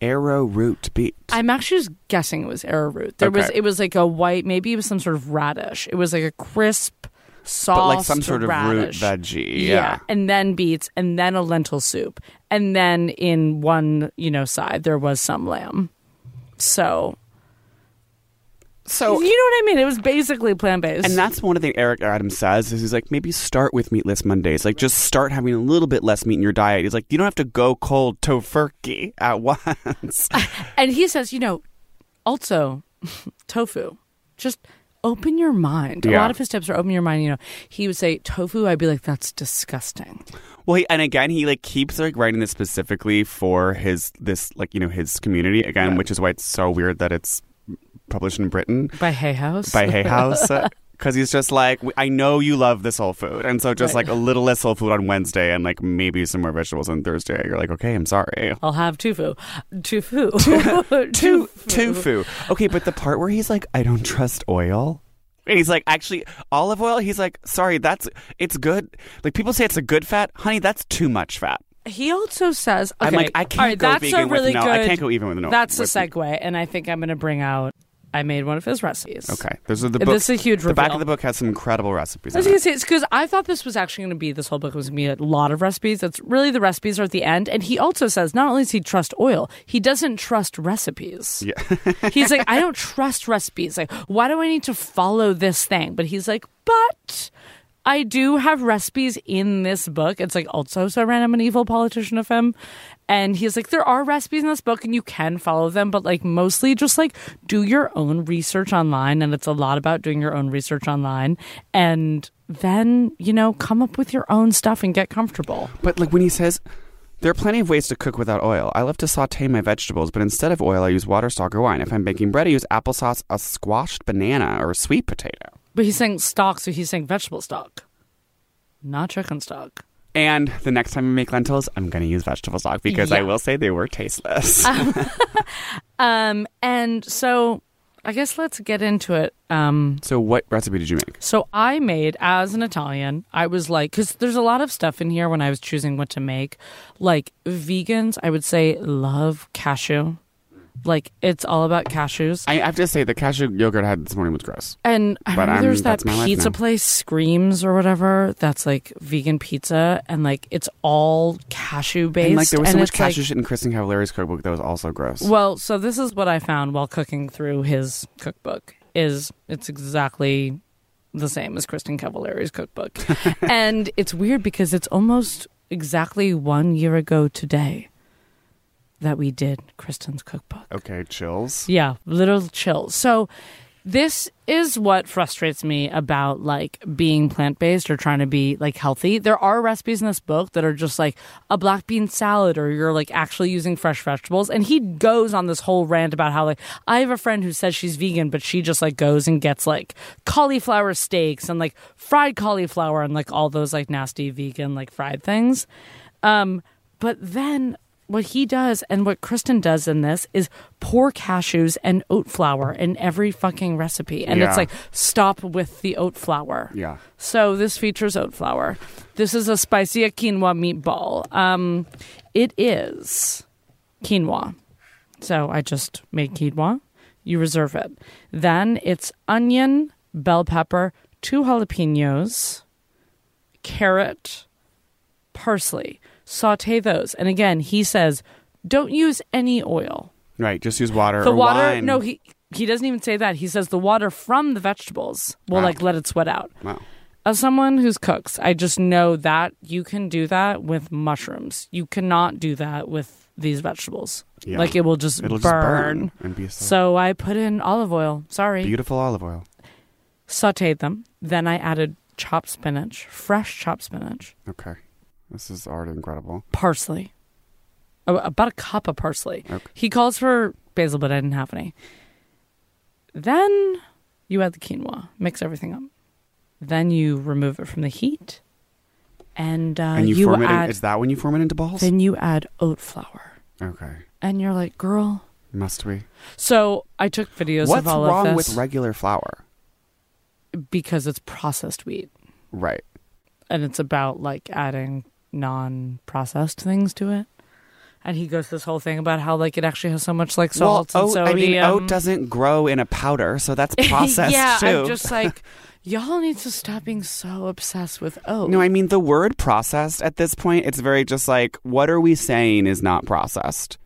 Arrowroot beet.
I'm actually just guessing it was arrowroot. There was
Okay.
it was like a white maybe it was some sort of radish. It was like a crisp sauce,
but like some sort of
radish.
root veggie.
Yeah.
Yeah.
and then beets, and then a lentil soup, and then in one you know side there was some lamb. So
So
you know what I mean? It was basically plant based.
Oh. and that's one of the things Eric Adams says is he's like maybe start with meatless Mondays like just start having a little bit less meat in your diet. He's like you don't have to go cold tofurkey at once.
and he says, you know, also tofu, just open your mind. A
Yeah.
lot of his tips are open your mind. You know, he would say tofu. I'd be like, that's disgusting.
Well, he, and again, he like keeps like writing this specifically for his this like you know his community again, which is why it's so weird that it's published in Britain
By Hay House.
by Hay House. Because he's just like, "W- I know you love the soul food. And so just
Right.
like a little less soul food on Wednesday and like maybe some more vegetables on Thursday. You're like, okay, I'm sorry.
I'll have tofu. Tofu.
To- tofu. Okay, but the part where he's like, I don't trust oil. And he's like, actually, olive oil. He's like, sorry, that's, it's good. Like people say it's a good fat. Honey, that's too much fat.
He also says, okay,
I'm like, I can't
all right,
go
that's
vegan
a really
with no.
good.
I can't go even with no.
That's the
with,
segue, and I think I'm going to bring out. I made one of his recipes.
Okay, those are the
This is
books.
a huge
The back
reveal.
of the book has some incredible recipes.
I was
in
gonna
it.
say it's because I thought this was actually gonna be this whole book was gonna be a lot of recipes. That's really the recipes are at the end. And he also says not only does he trust oil, he doesn't trust recipes. Yeah. he's like, I don't trust recipes. Like, why do I need to follow this thing? But he's like, but I do have recipes in this book. It's like also so random and evil politician of him. And he's like, there are recipes in this book and you can follow them, but like mostly just like do your own research online. And it's a lot about doing your own research online. And then, you know, come up with your own stuff and get comfortable.
But like when he says, there are plenty of ways to cook without oil. I love to saute my vegetables, but instead of oil, I use water, stock, or wine. If I'm baking bread, I use applesauce, a squashed banana, or a sweet potato.
But he's saying stock, so he's saying vegetable stock, not chicken stock.
And the next time I make lentils, I'm going to use vegetable stock because I
Yeah.
will say they were tasteless.
Um, and so I guess let's get into it. Um,
so, what recipe did you make?
So I made as an Italian, I was like, because there's a lot of stuff in here when I was choosing what to make. Like vegans, I would say love cashew. Like it's all about cashews.
I have to say, the cashew yogurt I had this morning was gross.
And I
But
remember
I'm-
there's that
that's my life
pizza
now.
place, Screams or whatever, that's like vegan pizza, and like it's all cashew based.
And like there was so much
it's, like-
cashew shit in Kristen Cavalari's cookbook that was also gross.
Well, so this is what I found while cooking through his cookbook is it's exactly the same as Kristen Cavallari's cookbook. and it's weird because it's almost exactly 1 year ago today that we did Kristen's cookbook.
okay, chills.
Yeah, little chill. So this is what frustrates me about like being plant-based or trying to be like healthy. There are recipes in this book that are just like a black bean salad or you're like actually using fresh vegetables and he goes on this whole rant about how like I have a friend who says she's vegan but she just like goes and gets like cauliflower steaks and like fried cauliflower and like all those like nasty vegan like fried things. Um, but then what he does and what Kristen does in this is pour cashews and oat flour in every fucking recipe. And
Yeah.
it's like, stop with the oat flour.
Yeah.
So this features oat flour. This is a spicy quinoa meatball. Um, it is quinoa. So I just made quinoa. You reserve it. Then it's onion, bell pepper, two jalapenos, carrot, parsley. Saute those. And again, he says, don't use any oil.
Right, just use water.
The
or
water,
wine.
no, he he doesn't even say that. He says the water from the vegetables will
Wow.
like let it sweat out.
Wow.
As someone who's cooks, I just know that you can do that with mushrooms. You cannot do that with these vegetables.
Yeah.
Like it will just
It'll
burn.
just burn and be so,
So I put in olive oil. Sorry
beautiful olive oil.
sauteed them. Then I added chopped spinach, fresh chopped spinach,
Okay, this is already incredible.
parsley, a- about a cup of parsley. He calls for basil, but I didn't have any. Then you add the quinoa, mix everything up. Then you remove it from the heat, and, uh,
and you,
you
form it. in-
add.
is that when you form it into balls?
then you add oat flour,
okay,
and you're like, girl.
must we?
So I took videos
What's
of all
wrong
of this
with regular flour?
because it's processed wheat.
Right.
and it's about like adding non-processed things to it. And he goes this whole thing about how like it actually has so much like salt
well,
and
oat, I
sodium.
mean, oat doesn't grow in a powder, so that's processed
yeah,
too.
I'm just like, y'all need to stop being so obsessed with oat.
No, I mean the word processed at this point, it's very just like what are we saying is not processed.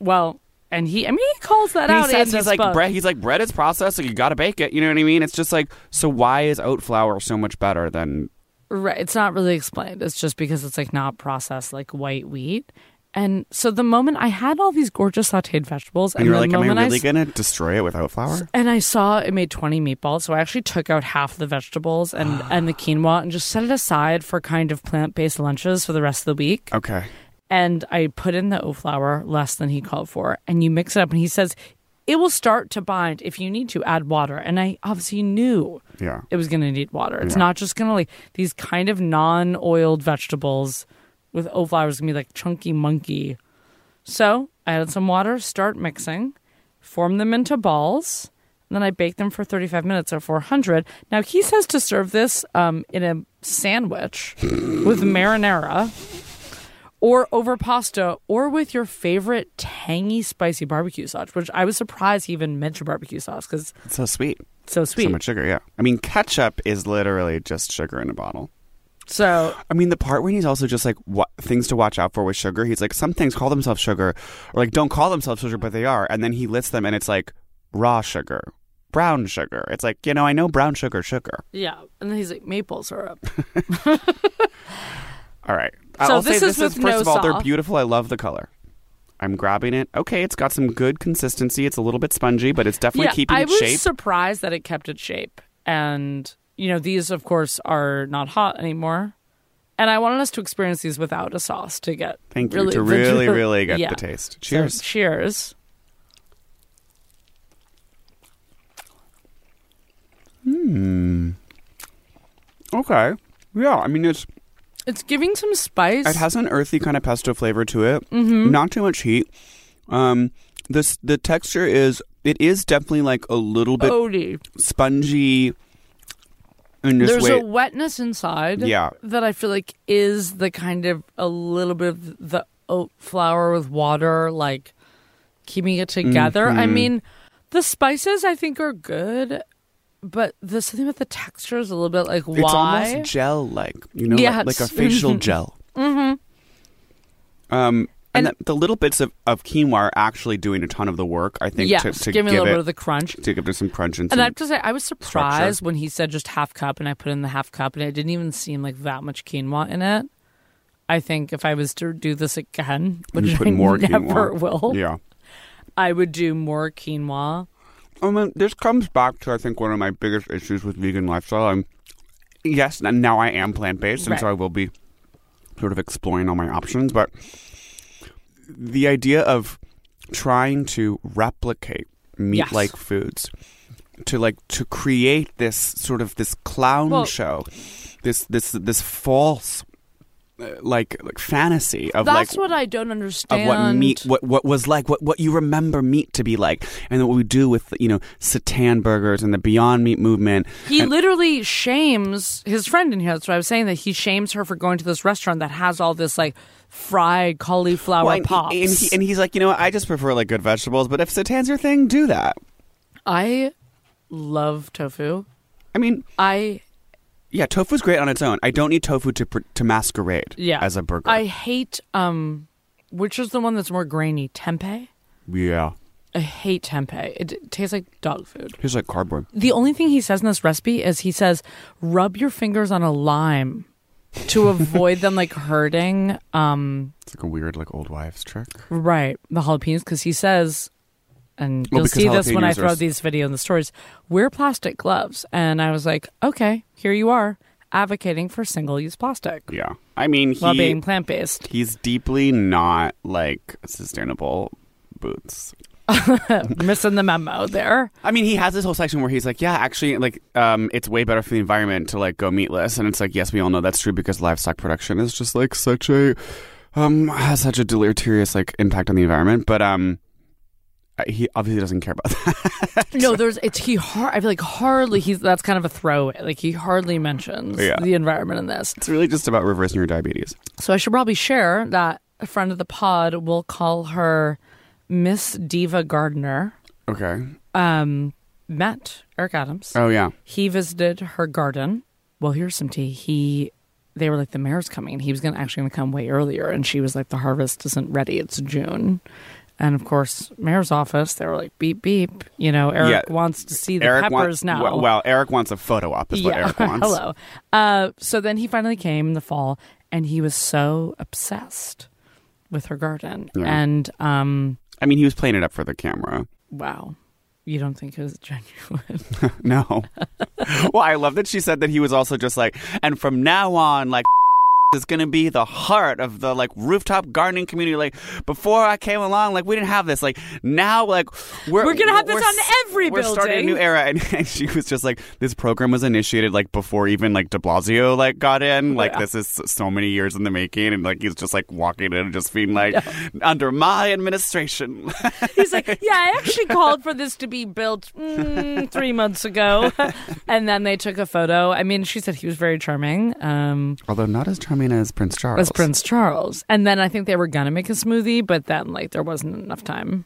well, and he, I mean, he calls that out.
he says
in
he's
this
like
book.
bread he's like bread is processed, so you gotta bake it. You know what I mean? It's just like so why is oat flour so much better than
Right. It's not really explained. It's just because it's like not processed like white wheat. And so the moment I had all these gorgeous sauteed vegetables,
and you're
the
like, Am I
moment
really
s-
gonna destroy it with oat flour?
And I saw it made 20 meatballs, so I actually took out half the vegetables and, and the quinoa and just set it aside for kind of plant based lunches for the rest of the week.
Okay.
And I put in the oat flour less than he called for, and you mix it up. And he says it will start to bind if you need to add water. And I obviously knew
Yeah.
it was going to need water. It's
Yeah.
not just going to like these kind of non oiled vegetables with oat flour is going to be like chunky monkey. So I added some water, start mixing, form them into balls, and then I bake them for 35 minutes at 400. Now he says to serve this um, in a sandwich with marinara. Or over pasta, or with your favorite tangy, spicy barbecue sauce, which I was surprised he even mentioned barbecue sauce because
It's so sweet.
it's so sweet.
So much sugar, yeah. I mean ketchup is literally just sugar in a bottle.
so
I mean, the part when he's also just like what things to watch out for with sugar. He's like, some things call themselves sugar, or like don't call themselves sugar, but they are. And then he lists them, and it's like raw sugar, brown sugar. It's like you know, I know brown sugar, sugar.
Yeah, and then he's like maple syrup.
All right.
So
I'll
this
say
is
this is
with
first
no
of all, they're
sauce.
beautiful. I love the color. I'm grabbing it. Okay, it's got some good consistency. It's a little bit spongy, but it's definitely
yeah,
keeping
I
its
was
shape.
surprised that it kept its shape, and you know these, of course, are not hot anymore. And I wanted us to experience these without a sauce to get
Thank you
really,
to
the-
really, really get
Yeah.
the taste.
So,
Cheers.
cheers.
Okay. Yeah, I mean it's
It's giving some spice.
it has an earthy kind of pesto flavor to it. Mm-hmm. Not too much heat. Um, this the texture is it is definitely like a little bit
Odie.
spongy. And just
There's
wait.
a wetness inside.
Yeah.
That I feel like is the kind of a little bit of the oat flour with water, like keeping it together. I
Mm-hmm.
mean, the spices I think are good, but there's something about the texture is a little bit like why.
It's almost gel like, you know, like-
Yes.
like, a facial gel. Mm-hmm. Um, and,
And-
the, the little bits of, of quinoa are actually doing a ton of the work, I think,
yes,
to, to
give
give,
me a little
it,
bit of the crunch.
to give it some crunch and,
And I
some,
have to say, I was surprised when he said just half cup, and I put in the half cup, and it didn't even seem like that much quinoa in it. I think if I was to do this again,
you
which
put
I
more
never
quinoa.
will,
Yeah.
I would do more quinoa.
I mean, this comes back to I think one of my biggest issues with vegan lifestyle. I'm, yes, n- now I am plant based, and so
Right.
I will be sort of exploring all my options. But the idea of trying to replicate meat like
Yes.
foods to like to create this sort of this clown
Well-
show, this this this false uh, like like fantasy of
That's
like
what I don't understand.
of what meat what what was like what what you remember meat to be like and what we do with you know satan burgers and the beyond meat movement
he
and,
literally shames his friend in here. That's what I was saying. That he shames her for going to this restaurant that has all this like fried cauliflower
well, and,
pops.
and he, and he's like you know what i just prefer like good vegetables but if satan's your thing do that
I love tofu.
i mean
I
yeah tofu's great on its own i don't need tofu to pr- to masquerade
yeah
as a burger
I hate um, which is the one that's more grainy, tempeh.
yeah
I hate tempeh. It d- tastes like dog food.
he's like cardboard
The only thing he says in this recipe is he says, "Rub your fingers on a lime." to avoid them like hurting um
it's like a weird like old wives trick
Right, the jalapenos, because he says, and
Well,
you'll
because
see this when I
jalapenos are
throw
s-
these video in the stories. Wear plastic gloves, and I was like, okay, here you are, advocating for single-use plastic
yeah i mean
while being
he,
plant-based.
he's deeply not like sustainable boots
Missing the memo there.
I mean, he has this whole section where he's like, "Yeah, actually, like, um, it's way better for the environment to like go meatless," and it's like, "Yes, we all know that's true because livestock production is just like such a, um, has such a deleterious like impact on the environment." But um, he obviously doesn't care about that.
No, there's it's he. Har- I feel like hardly he's that's kind of a throwaway. Like he hardly mentions
Yeah.
the environment in this.
it's really just about reversing your diabetes.
So I should probably share that a friend of the pod will call her Miss Diva Gardner.
Okay.
Um, met Eric Adams.
Oh yeah.
he visited her garden. Well, here's some tea. He, they were like, the mayor's coming, and he was gonna actually gonna come way earlier, and she was like, the harvest isn't ready. It's June, and of course, mayor's office. They were like, beep beep. You know, Eric
Yeah.
wants to see the
Eric
peppers
wants
now.
Well, well, Eric wants a photo op. Is what Eric wants.
Hello. Uh, so then he finally came in the fall, and he was so obsessed with her garden,
Yeah.
and um,
I mean, he was playing it up for the camera.
wow. You don't think it was genuine?
No. well, I love that she said that he was also just like, and from now on, like, is going to be the heart of the like rooftop gardening community. Like, before I came along, like, we didn't have this. Like, now, like, we're
We're gonna have this
we're
on
s-
every
We're starting a
building."
new era, and, and she was just like, this program was initiated like before even like De Blasio like got in. Like, this is s- so many years in the making, and like he's just like walking in and just being like, under my administration.
He's like, yeah, I actually called for this to be built mm, three months ago, and then they took a photo. I mean, she said he was very charming, um,
Although not as charming as Prince Charles.
as Prince Charles. And then I think they were gonna make a smoothie, but then like there wasn't enough time.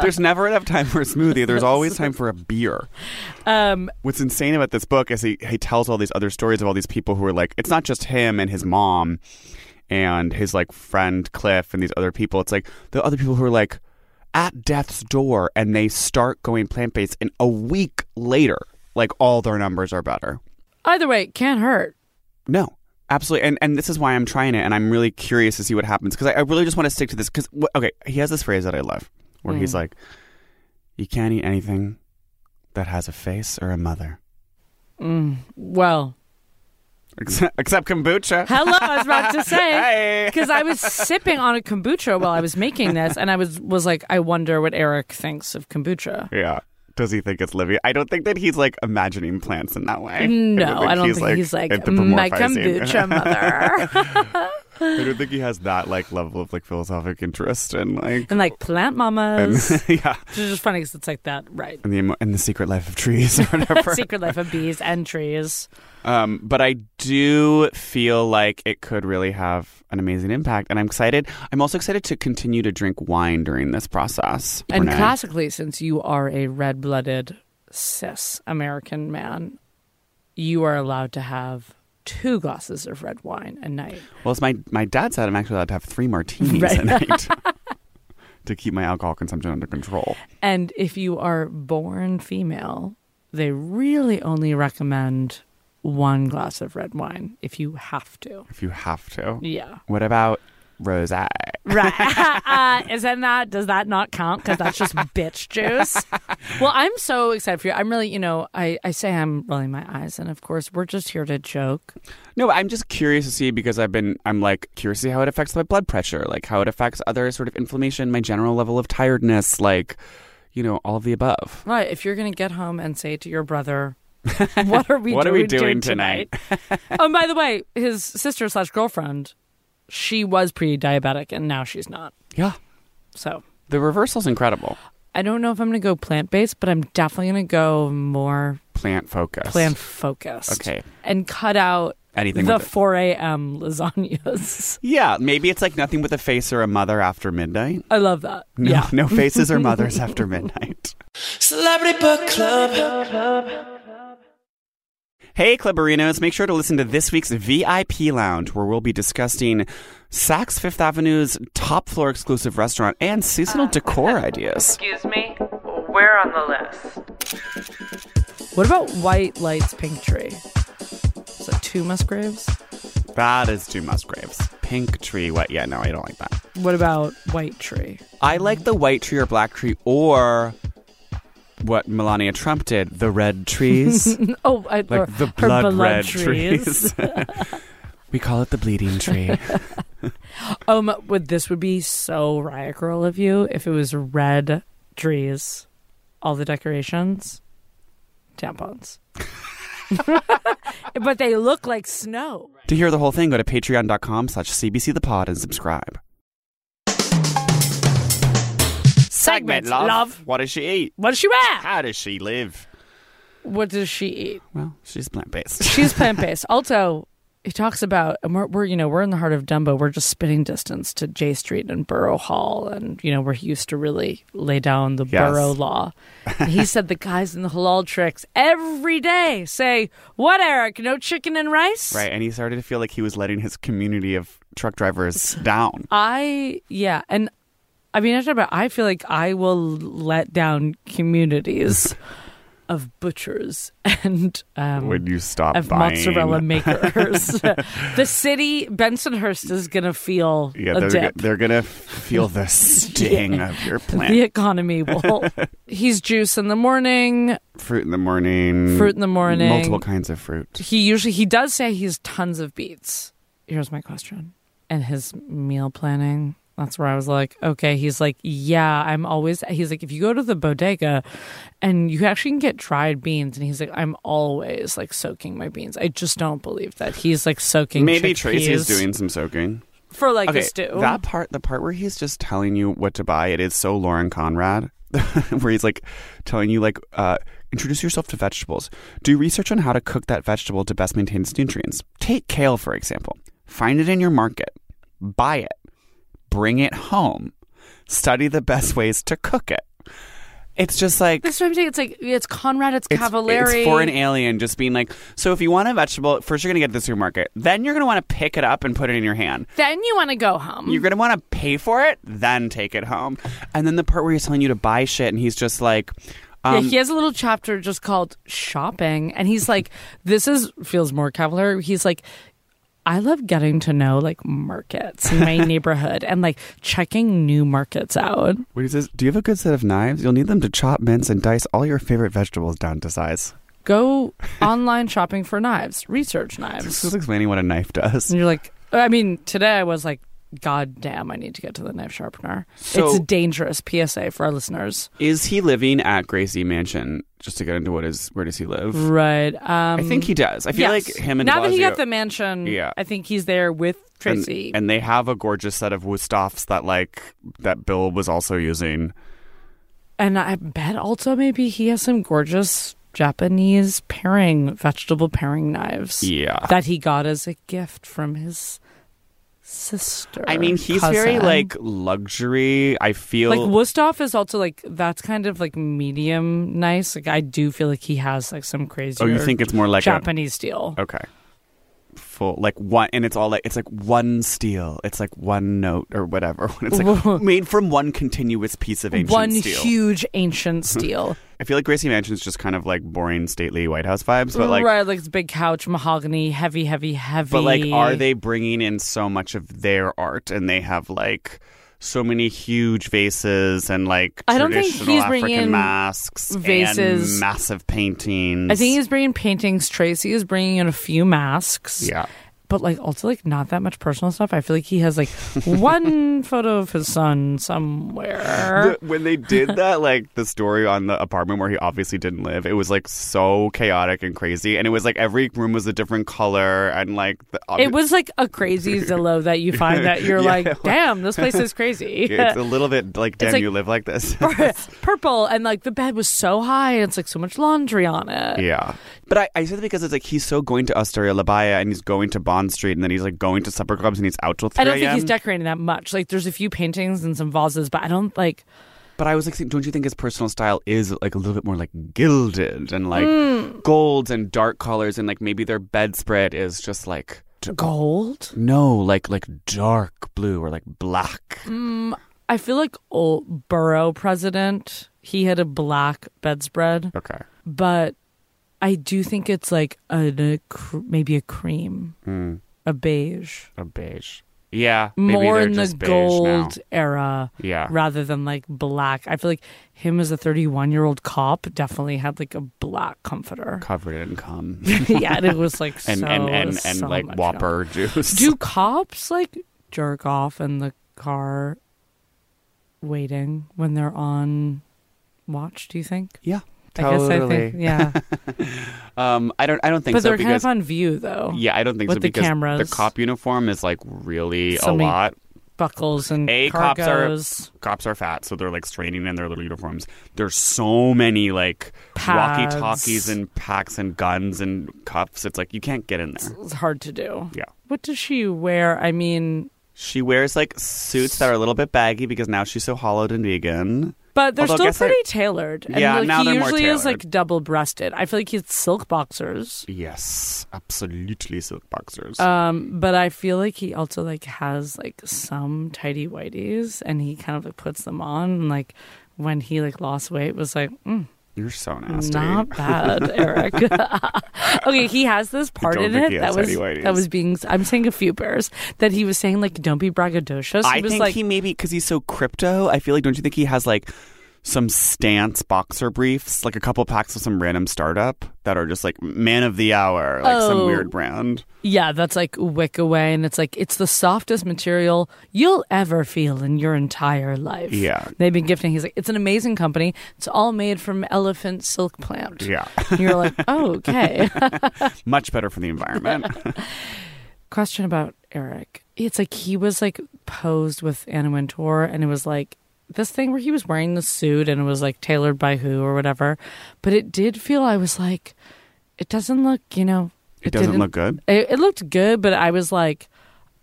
There's never enough time for a smoothie. There's always time for a beer.
Um,
What's insane about this book is he, he tells all these other stories of all these people who are like, it's not just him and his mom and his like friend Cliff and these other people. It's like the other people who are like at death's door and they start going plant based and a week later, like all their numbers are better.
either way, can't hurt.
No, absolutely. And and this is why I'm trying it, and I'm really curious to see what happens because I, I really just want to stick to this. Because okay, he has this phrase that I love, where
Mm.
he's like, "You can't eat anything that has a face or a mother."
Well,
Except, except kombucha.
Mm. hello, I was about to say
Hey.
because I was sipping on a kombucha while I was making this, and I was was like, I wonder what Eric thinks of kombucha.
Yeah. does he think it's Livy? I don't think that he's like imagining plants in that way.
No, I don't think he's like my kombucha mother.
I don't think he has that like level of like philosophic interest and like
and like plant mamas.
and, yeah.
Which is just funny because it's like that, right?
And the, emo- and the secret life of trees or whatever.
Secret life of bees and trees.
Um, but I do feel like it could really have an amazing impact, and I'm excited. I'm also excited to continue to drink wine during this process.
And
Renee.
classically, since you are a red blooded cis American man, you are allowed to have two glasses of red wine a night.
well, it's my my dad said I'm actually allowed to have three martinis
Right.
a night to keep my alcohol consumption under control.
And if you are born female, they really only recommend one glass of red wine if you have to.
If you have to,
Yeah.
What about rosé?
Right. uh, isn't that, does that not count? Because that's just bitch juice. Well, I'm so excited for you. I'm really, you know, I, I say I'm rolling my eyes. And of course, we're just here to joke.
No, I'm just curious to see because I've been I'm like curious to see how it affects my blood pressure, like how it affects other sort of inflammation, my general level of tiredness, like you know, all of the above.
Right. If you're going to get home and say to your brother, what are we
What are
doing
we doing
oh, and by the way, his sister slash girlfriend, she was pre diabetic and now she's not.
Yeah.
So
The reversal's incredible.
I don't know if I'm going to go plant based, but I'm definitely going to go more
Plant focus.
plant focused.
Okay.
And cut out
Anything
the
with it.
4 a.m. lasagnas.
Yeah, maybe it's like nothing with a face or a mother after midnight.
I love that.
No,
yeah.
no faces or mothers after midnight.
Celebrity Book Club.
Hey, Clubberinos, make sure to listen to this week's VIP Lounge, where we'll be discussing Saks Fifth Avenue's top floor exclusive restaurant and seasonal
Ah.
decor ideas.
Excuse me, we're on the list.
What about White Lights Pink Tree? Is that two Musgraves?
That is two Musgraves. Pink tree, what? Yeah, no, I don't like that.
What about White Tree?
I like the white tree or black tree or what Melania Trump did, the red trees.
Oh, I, or
like the
her
blood,
beloved
red
trees.
trees. we call it the bleeding tree.
Um, would this would be so riot girl of you if it was red trees, all the decorations, tampons. but they look like snow.
to hear the whole thing, go to patreon.com slash cbc the pod and subscribe.
Segment, love.
What does she eat?
What does she wear?
How does she live?
What does she eat?
Well, she's plant based.
She's plant based. Also, he talks about, and we're, we're, you know, we're in the heart of Dumbo. We're just spitting distance to J Street and Borough Hall, and you know, where he used to really lay down the
Yes.
borough law. And he said the guys in the halal tricks every day say, "What, Eric? No chicken and rice?"
right, and he started to feel like he was letting his community of truck drivers down.
I yeah, and I mean, I talk about. I feel like I will let down communities of butchers and um,
Would you stop
of
buying?
mozzarella makers. the city Bensonhurst is gonna feel
Yeah,
a
they're,
dip.
go- they're gonna feel the sting of your plant.
the economy will. He's juice in the morning.
fruit in the morning.
Fruit in the morning.
Multiple kinds of fruit.
He usually he does say he's tons of beets. Here's my question. And his meal planning. That's where I was like, okay. He's like, yeah, I'm always. He's like, if you go to the bodega, and you actually can get dried beans, and he's like, I'm always like soaking my beans. I just don't believe that he's like soaking.
Maybe
chickpeas
Tracy's doing some soaking.
for like a stew.
that part, the part where he's just telling you what to buy, it is so Lauren Conrad, where he's like telling you like uh, introduce yourself to vegetables, do research on how to cook that vegetable to best maintain its nutrients. Take kale for example, find it in your market, buy it, bring it home, study the best ways to cook it. It's just like
That's what I'm saying. It's like it's Conrad. It's,
It's-
Cavallari.
It's for an alien just being like, so if you want a vegetable, first you're going to get this market. Then you're going to want to pick it up and put it in your hand.
then you want to go home.
You're going to want to pay for it, then take it home. And then the part where he's telling you to buy shit and he's just like,
yeah,
um,
he has a little chapter just called shopping, and he's like, "This is feels more Cavallari." He's like. I love getting to know like markets in my neighborhood and like checking new markets out.
what he says, do you have a good set of knives? You'll need them to chop, mince, and dice all your favorite vegetables down to size.
Go online shopping for knives, research
This
knives. Mm.
is explaining what a knife does.
And you're like, I mean, today I was like, God damn, I need to get to the knife sharpener.
So-
it's a dangerous PSA for our listeners.
Is he living at Gracie Mansion? Just to get into what is where does he live?
Right. Um,
I think he does. I feel like him and
now that he
Blasio-
got the mansion,
Yeah.
I think he's there with
and,
Tracy.
and they have a gorgeous set of Wusthoffs that like that Bill was also using.
And I bet also maybe he has some gorgeous Japanese pairing, vegetable pairing knives.
Yeah.
That he got as a gift from his sister.
I mean, he's very
cousin.
like luxury. I feel
Like Wusthof is also like that's kind of like medium nice. Like I do feel like he has like some crazy.
Oh, you think it's more like a-
Japanese steel?
okay. Full like one, and it's all like it's like one steel. It's like one note or whatever. It's like made from one continuous piece of ancient
One
steel.
huge ancient steel.
I feel like Gracie Mansion's just kind of like boring, stately White House vibes, but like
right, like it's big couch, mahogany, heavy, heavy, heavy.
But like, are they bringing in so much of their art, and they have like so many huge vases and like
I don't think
traditional
he's
African
bringing in
masks, and
vases.
massive paintings.
I think he's bringing paintings. Tracy is bringing in a few masks.
yeah.
But like also like not that much personal stuff. I feel like he has like one photo of his son somewhere.
The- when they did that, like the story on the apartment where he obviously didn't live, it was like so chaotic and crazy, and it was like every room was a different color, and like the,
it was like a crazy Zillow that you find that you're
Yeah.
like, damn, this place is crazy.
It's a little bit like, damn,
like-
you live like this.
Purple and like the bed was so high and it's like so much laundry on it.
Yeah. But I, I said that because it's like he's so going to Astoria Labaya and he's going to Bond Street and then he's like going to supper clubs and he's out till 3
I don't think
a.m..
he's decorating that much. Like there's a few paintings and some vases, but I don't like
But I was like, don't you think his personal style is like a little bit more like gilded and like
Mm.
golds and dark colors and like maybe their bedspread is just like. d-
gold.
No, like like dark blue or like black.
Mm. I feel like old borough president, he had a black bedspread,
Okay.
but I do think it's like a, a cr- maybe a cream, a beige,
A beige. Yeah. Hmm. maybe
more
they're
in the
just beige now.
gold era,
Yeah.
rather than like black. I feel like him as a 31 year old cop definitely had like a black comforter.
Covered in cum.
yeah, and it was like
and
so
and and, and
so
like
much
whopper juice.
Do cops like jerk off in the car waiting when they're on watch, do you think?
yeah.
I guess I think yeah.
Um, I don't. I don't think
but
so
they're kind
because
of on view though.
yeah, I don't think
with
so
the
because the
cameras.
cop uniform is like really
So
a
many
lot.
Buckles and
A
cargos.
cops are cops are fat, so they're like straining in their little uniforms. There's so many like
Pads.
walkie talkies and packs and guns and cuffs. It's like you can't get in there.
It's hard to do.
Yeah.
What does she wear? I mean
She wears like suits that are a little bit baggy because now she's so hollowed and vegan.
but they're
Although,
still
guess I-
pretty tailored. And
Yeah,
like,
now
he
they're more
usually is
tailored.
like double breasted. I feel like he's silk boxers.
Yes, absolutely silk boxers.
Um, but I feel like he also like has like some tidy whities, and he kind of like puts them on. And like when he like lost weight, was like mm,
You're so nasty.
not bad, Eric. okay, he has this part
don't
in
think
it
he
that
has
was
tidy whities.
that was being. I'm saying a few bears that he was saying like don't be braggadocious.
I
he was
think
like
he maybe because he's so crypto. I feel like don't you think he has like some stance boxer briefs, like a couple packs of some random startup that are just like man of the hour, like some
Oh.
weird brand.
yeah, that's like wick away, and it's like it's the softest material you'll ever feel in your entire life.
Yeah.
they've been gifting. He's like, it's an amazing company. It's all made from elephant silk plant.
Yeah,
You're like, oh, okay.
much better for the environment.
Question about Eric. It's like he was like posed with Anna Wintour, and it was like this thing where he was wearing the suit and it was like tailored by who or whatever. But it did feel, I was like, it doesn't look, you know,
It doesn't
didn't-
look good?
It, it looked good, but I was like,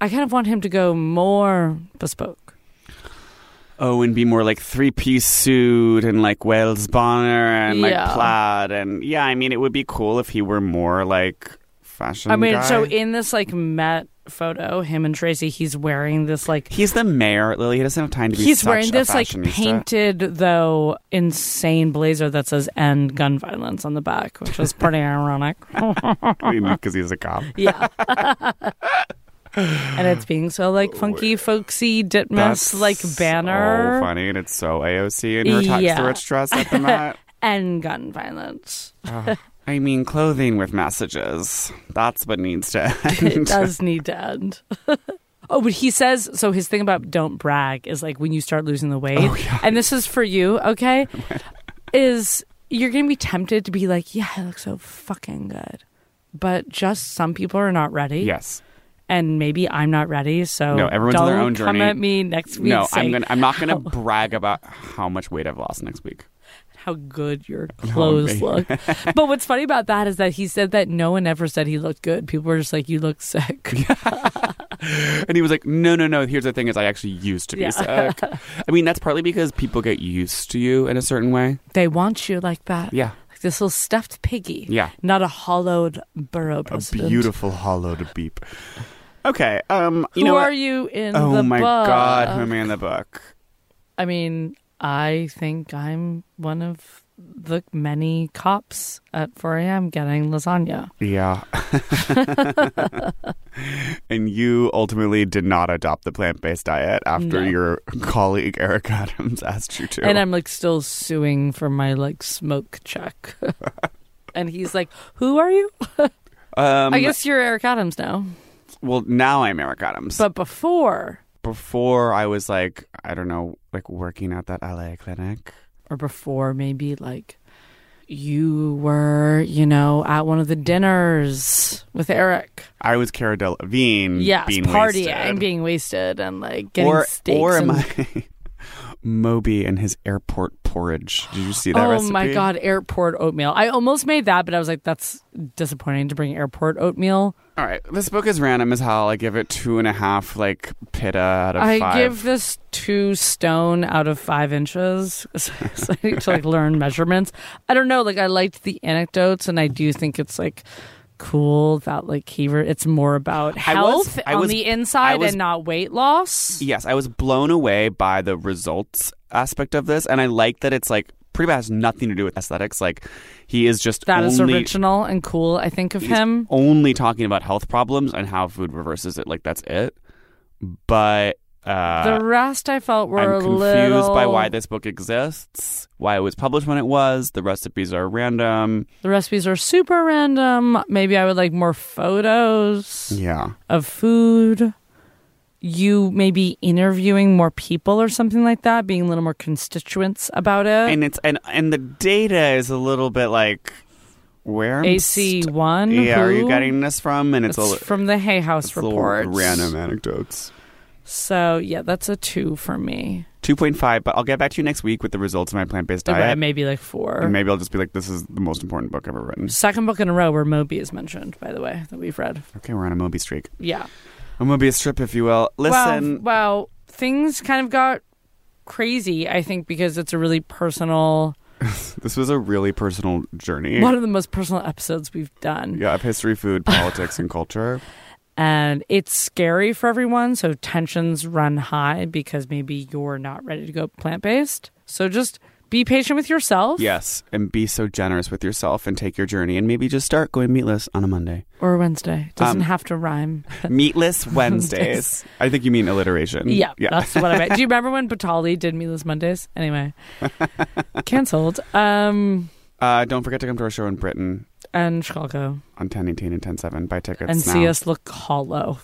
I kind of want him to go more bespoke.
oh, and be more like three piece suit and like Wells Bonner and
Yeah.
like plaid and yeah. I mean, it would be cool if he were more like fashion.
I mean, so
guy.
in this like Met photo, him and Tracy, he's wearing this like
He's the mayor, Lily. He doesn't have time to be.
He's
such
wearing
a
this like
fashionista.
painted though insane blazer that says "end gun violence" on the back, which is pretty ironic.
because he's a cop.
yeah. and it's being so like funky, folksy Ditmas like banner
So funny, and it's so AOC in her tax
Yeah.
the rich dress at the Met.
and gun violence.
I mean, clothing with messages. That's what needs to end.
It does need to end. Oh, but he says so. His thing about don't brag is like when you start losing the
Oh,
weight, and this is for you, okay? is you're gonna be tempted to be like, yeah, I look so fucking good, but just some people are not ready.
Yes.
and maybe I'm not ready. So
No, everyone's on
Oh, don't
their own
come
journey.
at me next week.
No, I'm
saying
gonna. I'm not gonna brag about how much weight I've lost next week.
how good your clothes
baby.
look. but what's funny about that is that he said that no one ever said he looked good. People were just like, "You look sick."
And he was like, "No, no, no. Here's the thing: is I actually used to be
Yeah.
sick. I mean, that's partly because people get used to you in a certain way.
They want you like that.
Yeah,
Like this little stuffed piggy.
Yeah.
Not a hollowed burrow president.
hollowed beep. Okay. Um. You
Who
know what?
are you in
oh
the
my
book?
god, who am I in the book?
I mean, I think I'm one of the many cops at 4 a.m. getting lasagna.
Yeah. and you ultimately did not adopt the plant based diet after
No.
your colleague Eric Adams asked you to.
And I'm like still suing for my like smoke check. and he's like, Who are you?
um,
I guess you're Eric Adams now.
Well, now I'm Eric Adams.
But before,
before I was like, I don't know, like working at that LA clinic.
or before maybe like you were, you know, at one of the dinners with Eric.
I was Cara Delevingne.
Yes,
being
party
wasted.
and being wasted and like getting
or,
steaks.
Or am
and-
I Moby and his airport porridge? Did you see that
Oh
recipe?
my god, airport oatmeal. I almost made that, but I was like, that's disappointing to bring airport oatmeal.
All right, this book is random as hell. I give it two and a half like pitta out of
I
five.
give this two stone out of five inches. So I need to like learn measurements. I don't know. Like I liked the anecdotes, and I do think it's like cool that like he re- it's more about
I was-
health
I
on
was-
the
I
inside
was-
and not weight loss.
Yes, I was blown away by the results aspect of this, and I like that it's like pretty much has nothing to do with aesthetics. Like he is just
That is
only,
original and cool. I think of
he's
him.
only talking about health problems and how food reverses it. Like that's it. But uh,
the rest I felt were
I'm
a
confused
little
by why this book exists, why it was published when it was. The recipes are random.
the recipes are super random. Maybe I would like more photos.
Yeah.
of food, you maybe interviewing more people or something like that, being a little more constituents about it.
and it's and and the data is a little bit like where
AC one,
yeah are you getting this from and it's,
It's
a li-
from the Hay House
it's a little
report.
random anecdotes
So yeah, that's a two for me.
2.5 but i'll get back to you next week with the results of my plant-based
Right,
diet
Maybe like four.
and maybe i'll just be like this is the most important book ever written
Second book in a row where Moby is mentioned, by the way, that we've read.
okay we're on a moby streak
Yeah.
a moby strip if you will
Well,
listen
well, things kind of got crazy, I think, because it's a really personal,
this was a really personal journey
one of the most personal episodes we've done.
yeah of history food politics and culture
and it's scary for everyone. So tensions run high because maybe you're not ready to go plant based. So just be patient with yourself.
yes and be so generous with yourself and take your journey and maybe just start going meatless on a monday
Or Wednesday. Doesn't
Um,
have to rhyme.
Meatless Wednesdays. I think you mean alliteration.
yeah,
Yeah.
that's what I meant. Do you remember when Batali did Meatless Mondays? Anyway, canceled. Um,
Uh, don't forget to come to our show in Britain
and Chicago.
on 1018 and 107. Buy tickets
and
now.
see us look hollow.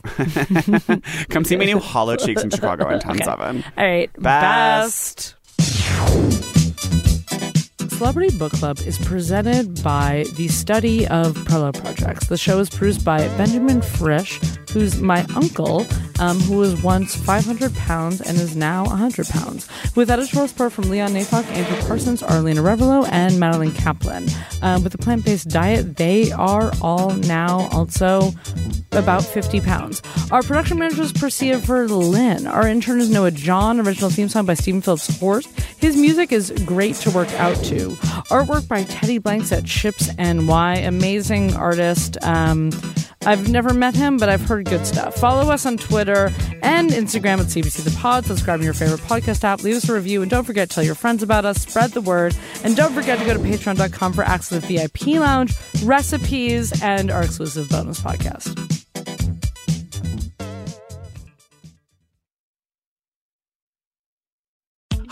Come see my new hollow cheeks in Chicago on 107.
All right.
Best.
Celebrity Book Club is presented by the Study of Prelo Projects. The show is produced by Benjamin Frisch, who's my uncle, um, who was once 500 pounds and is now 100 pounds, with editorial support from Leon Nafok, Andrew Parsons, Arlena Revelo, and Madeline Kaplan. Um, with the plant based diet, they are all now also about 50 pounds. Our production manager is Persia Verlin. Our intern is Noah John. Original theme song by Stephen Phillips Horst. His music is great to work out to. Artwork by Teddy Blanks at Chips NY. Amazing artist. Um, I've never met him, but I've heard good stuff. Follow us on Twitter and Instagram at CBC The Pod. Subscribe to your favorite podcast app. Leave us a review. And don't forget to tell your friends about us. Spread the word. And don't forget to go to patreon.com for access to the VIP lounge, recipes, and our exclusive bonus podcast.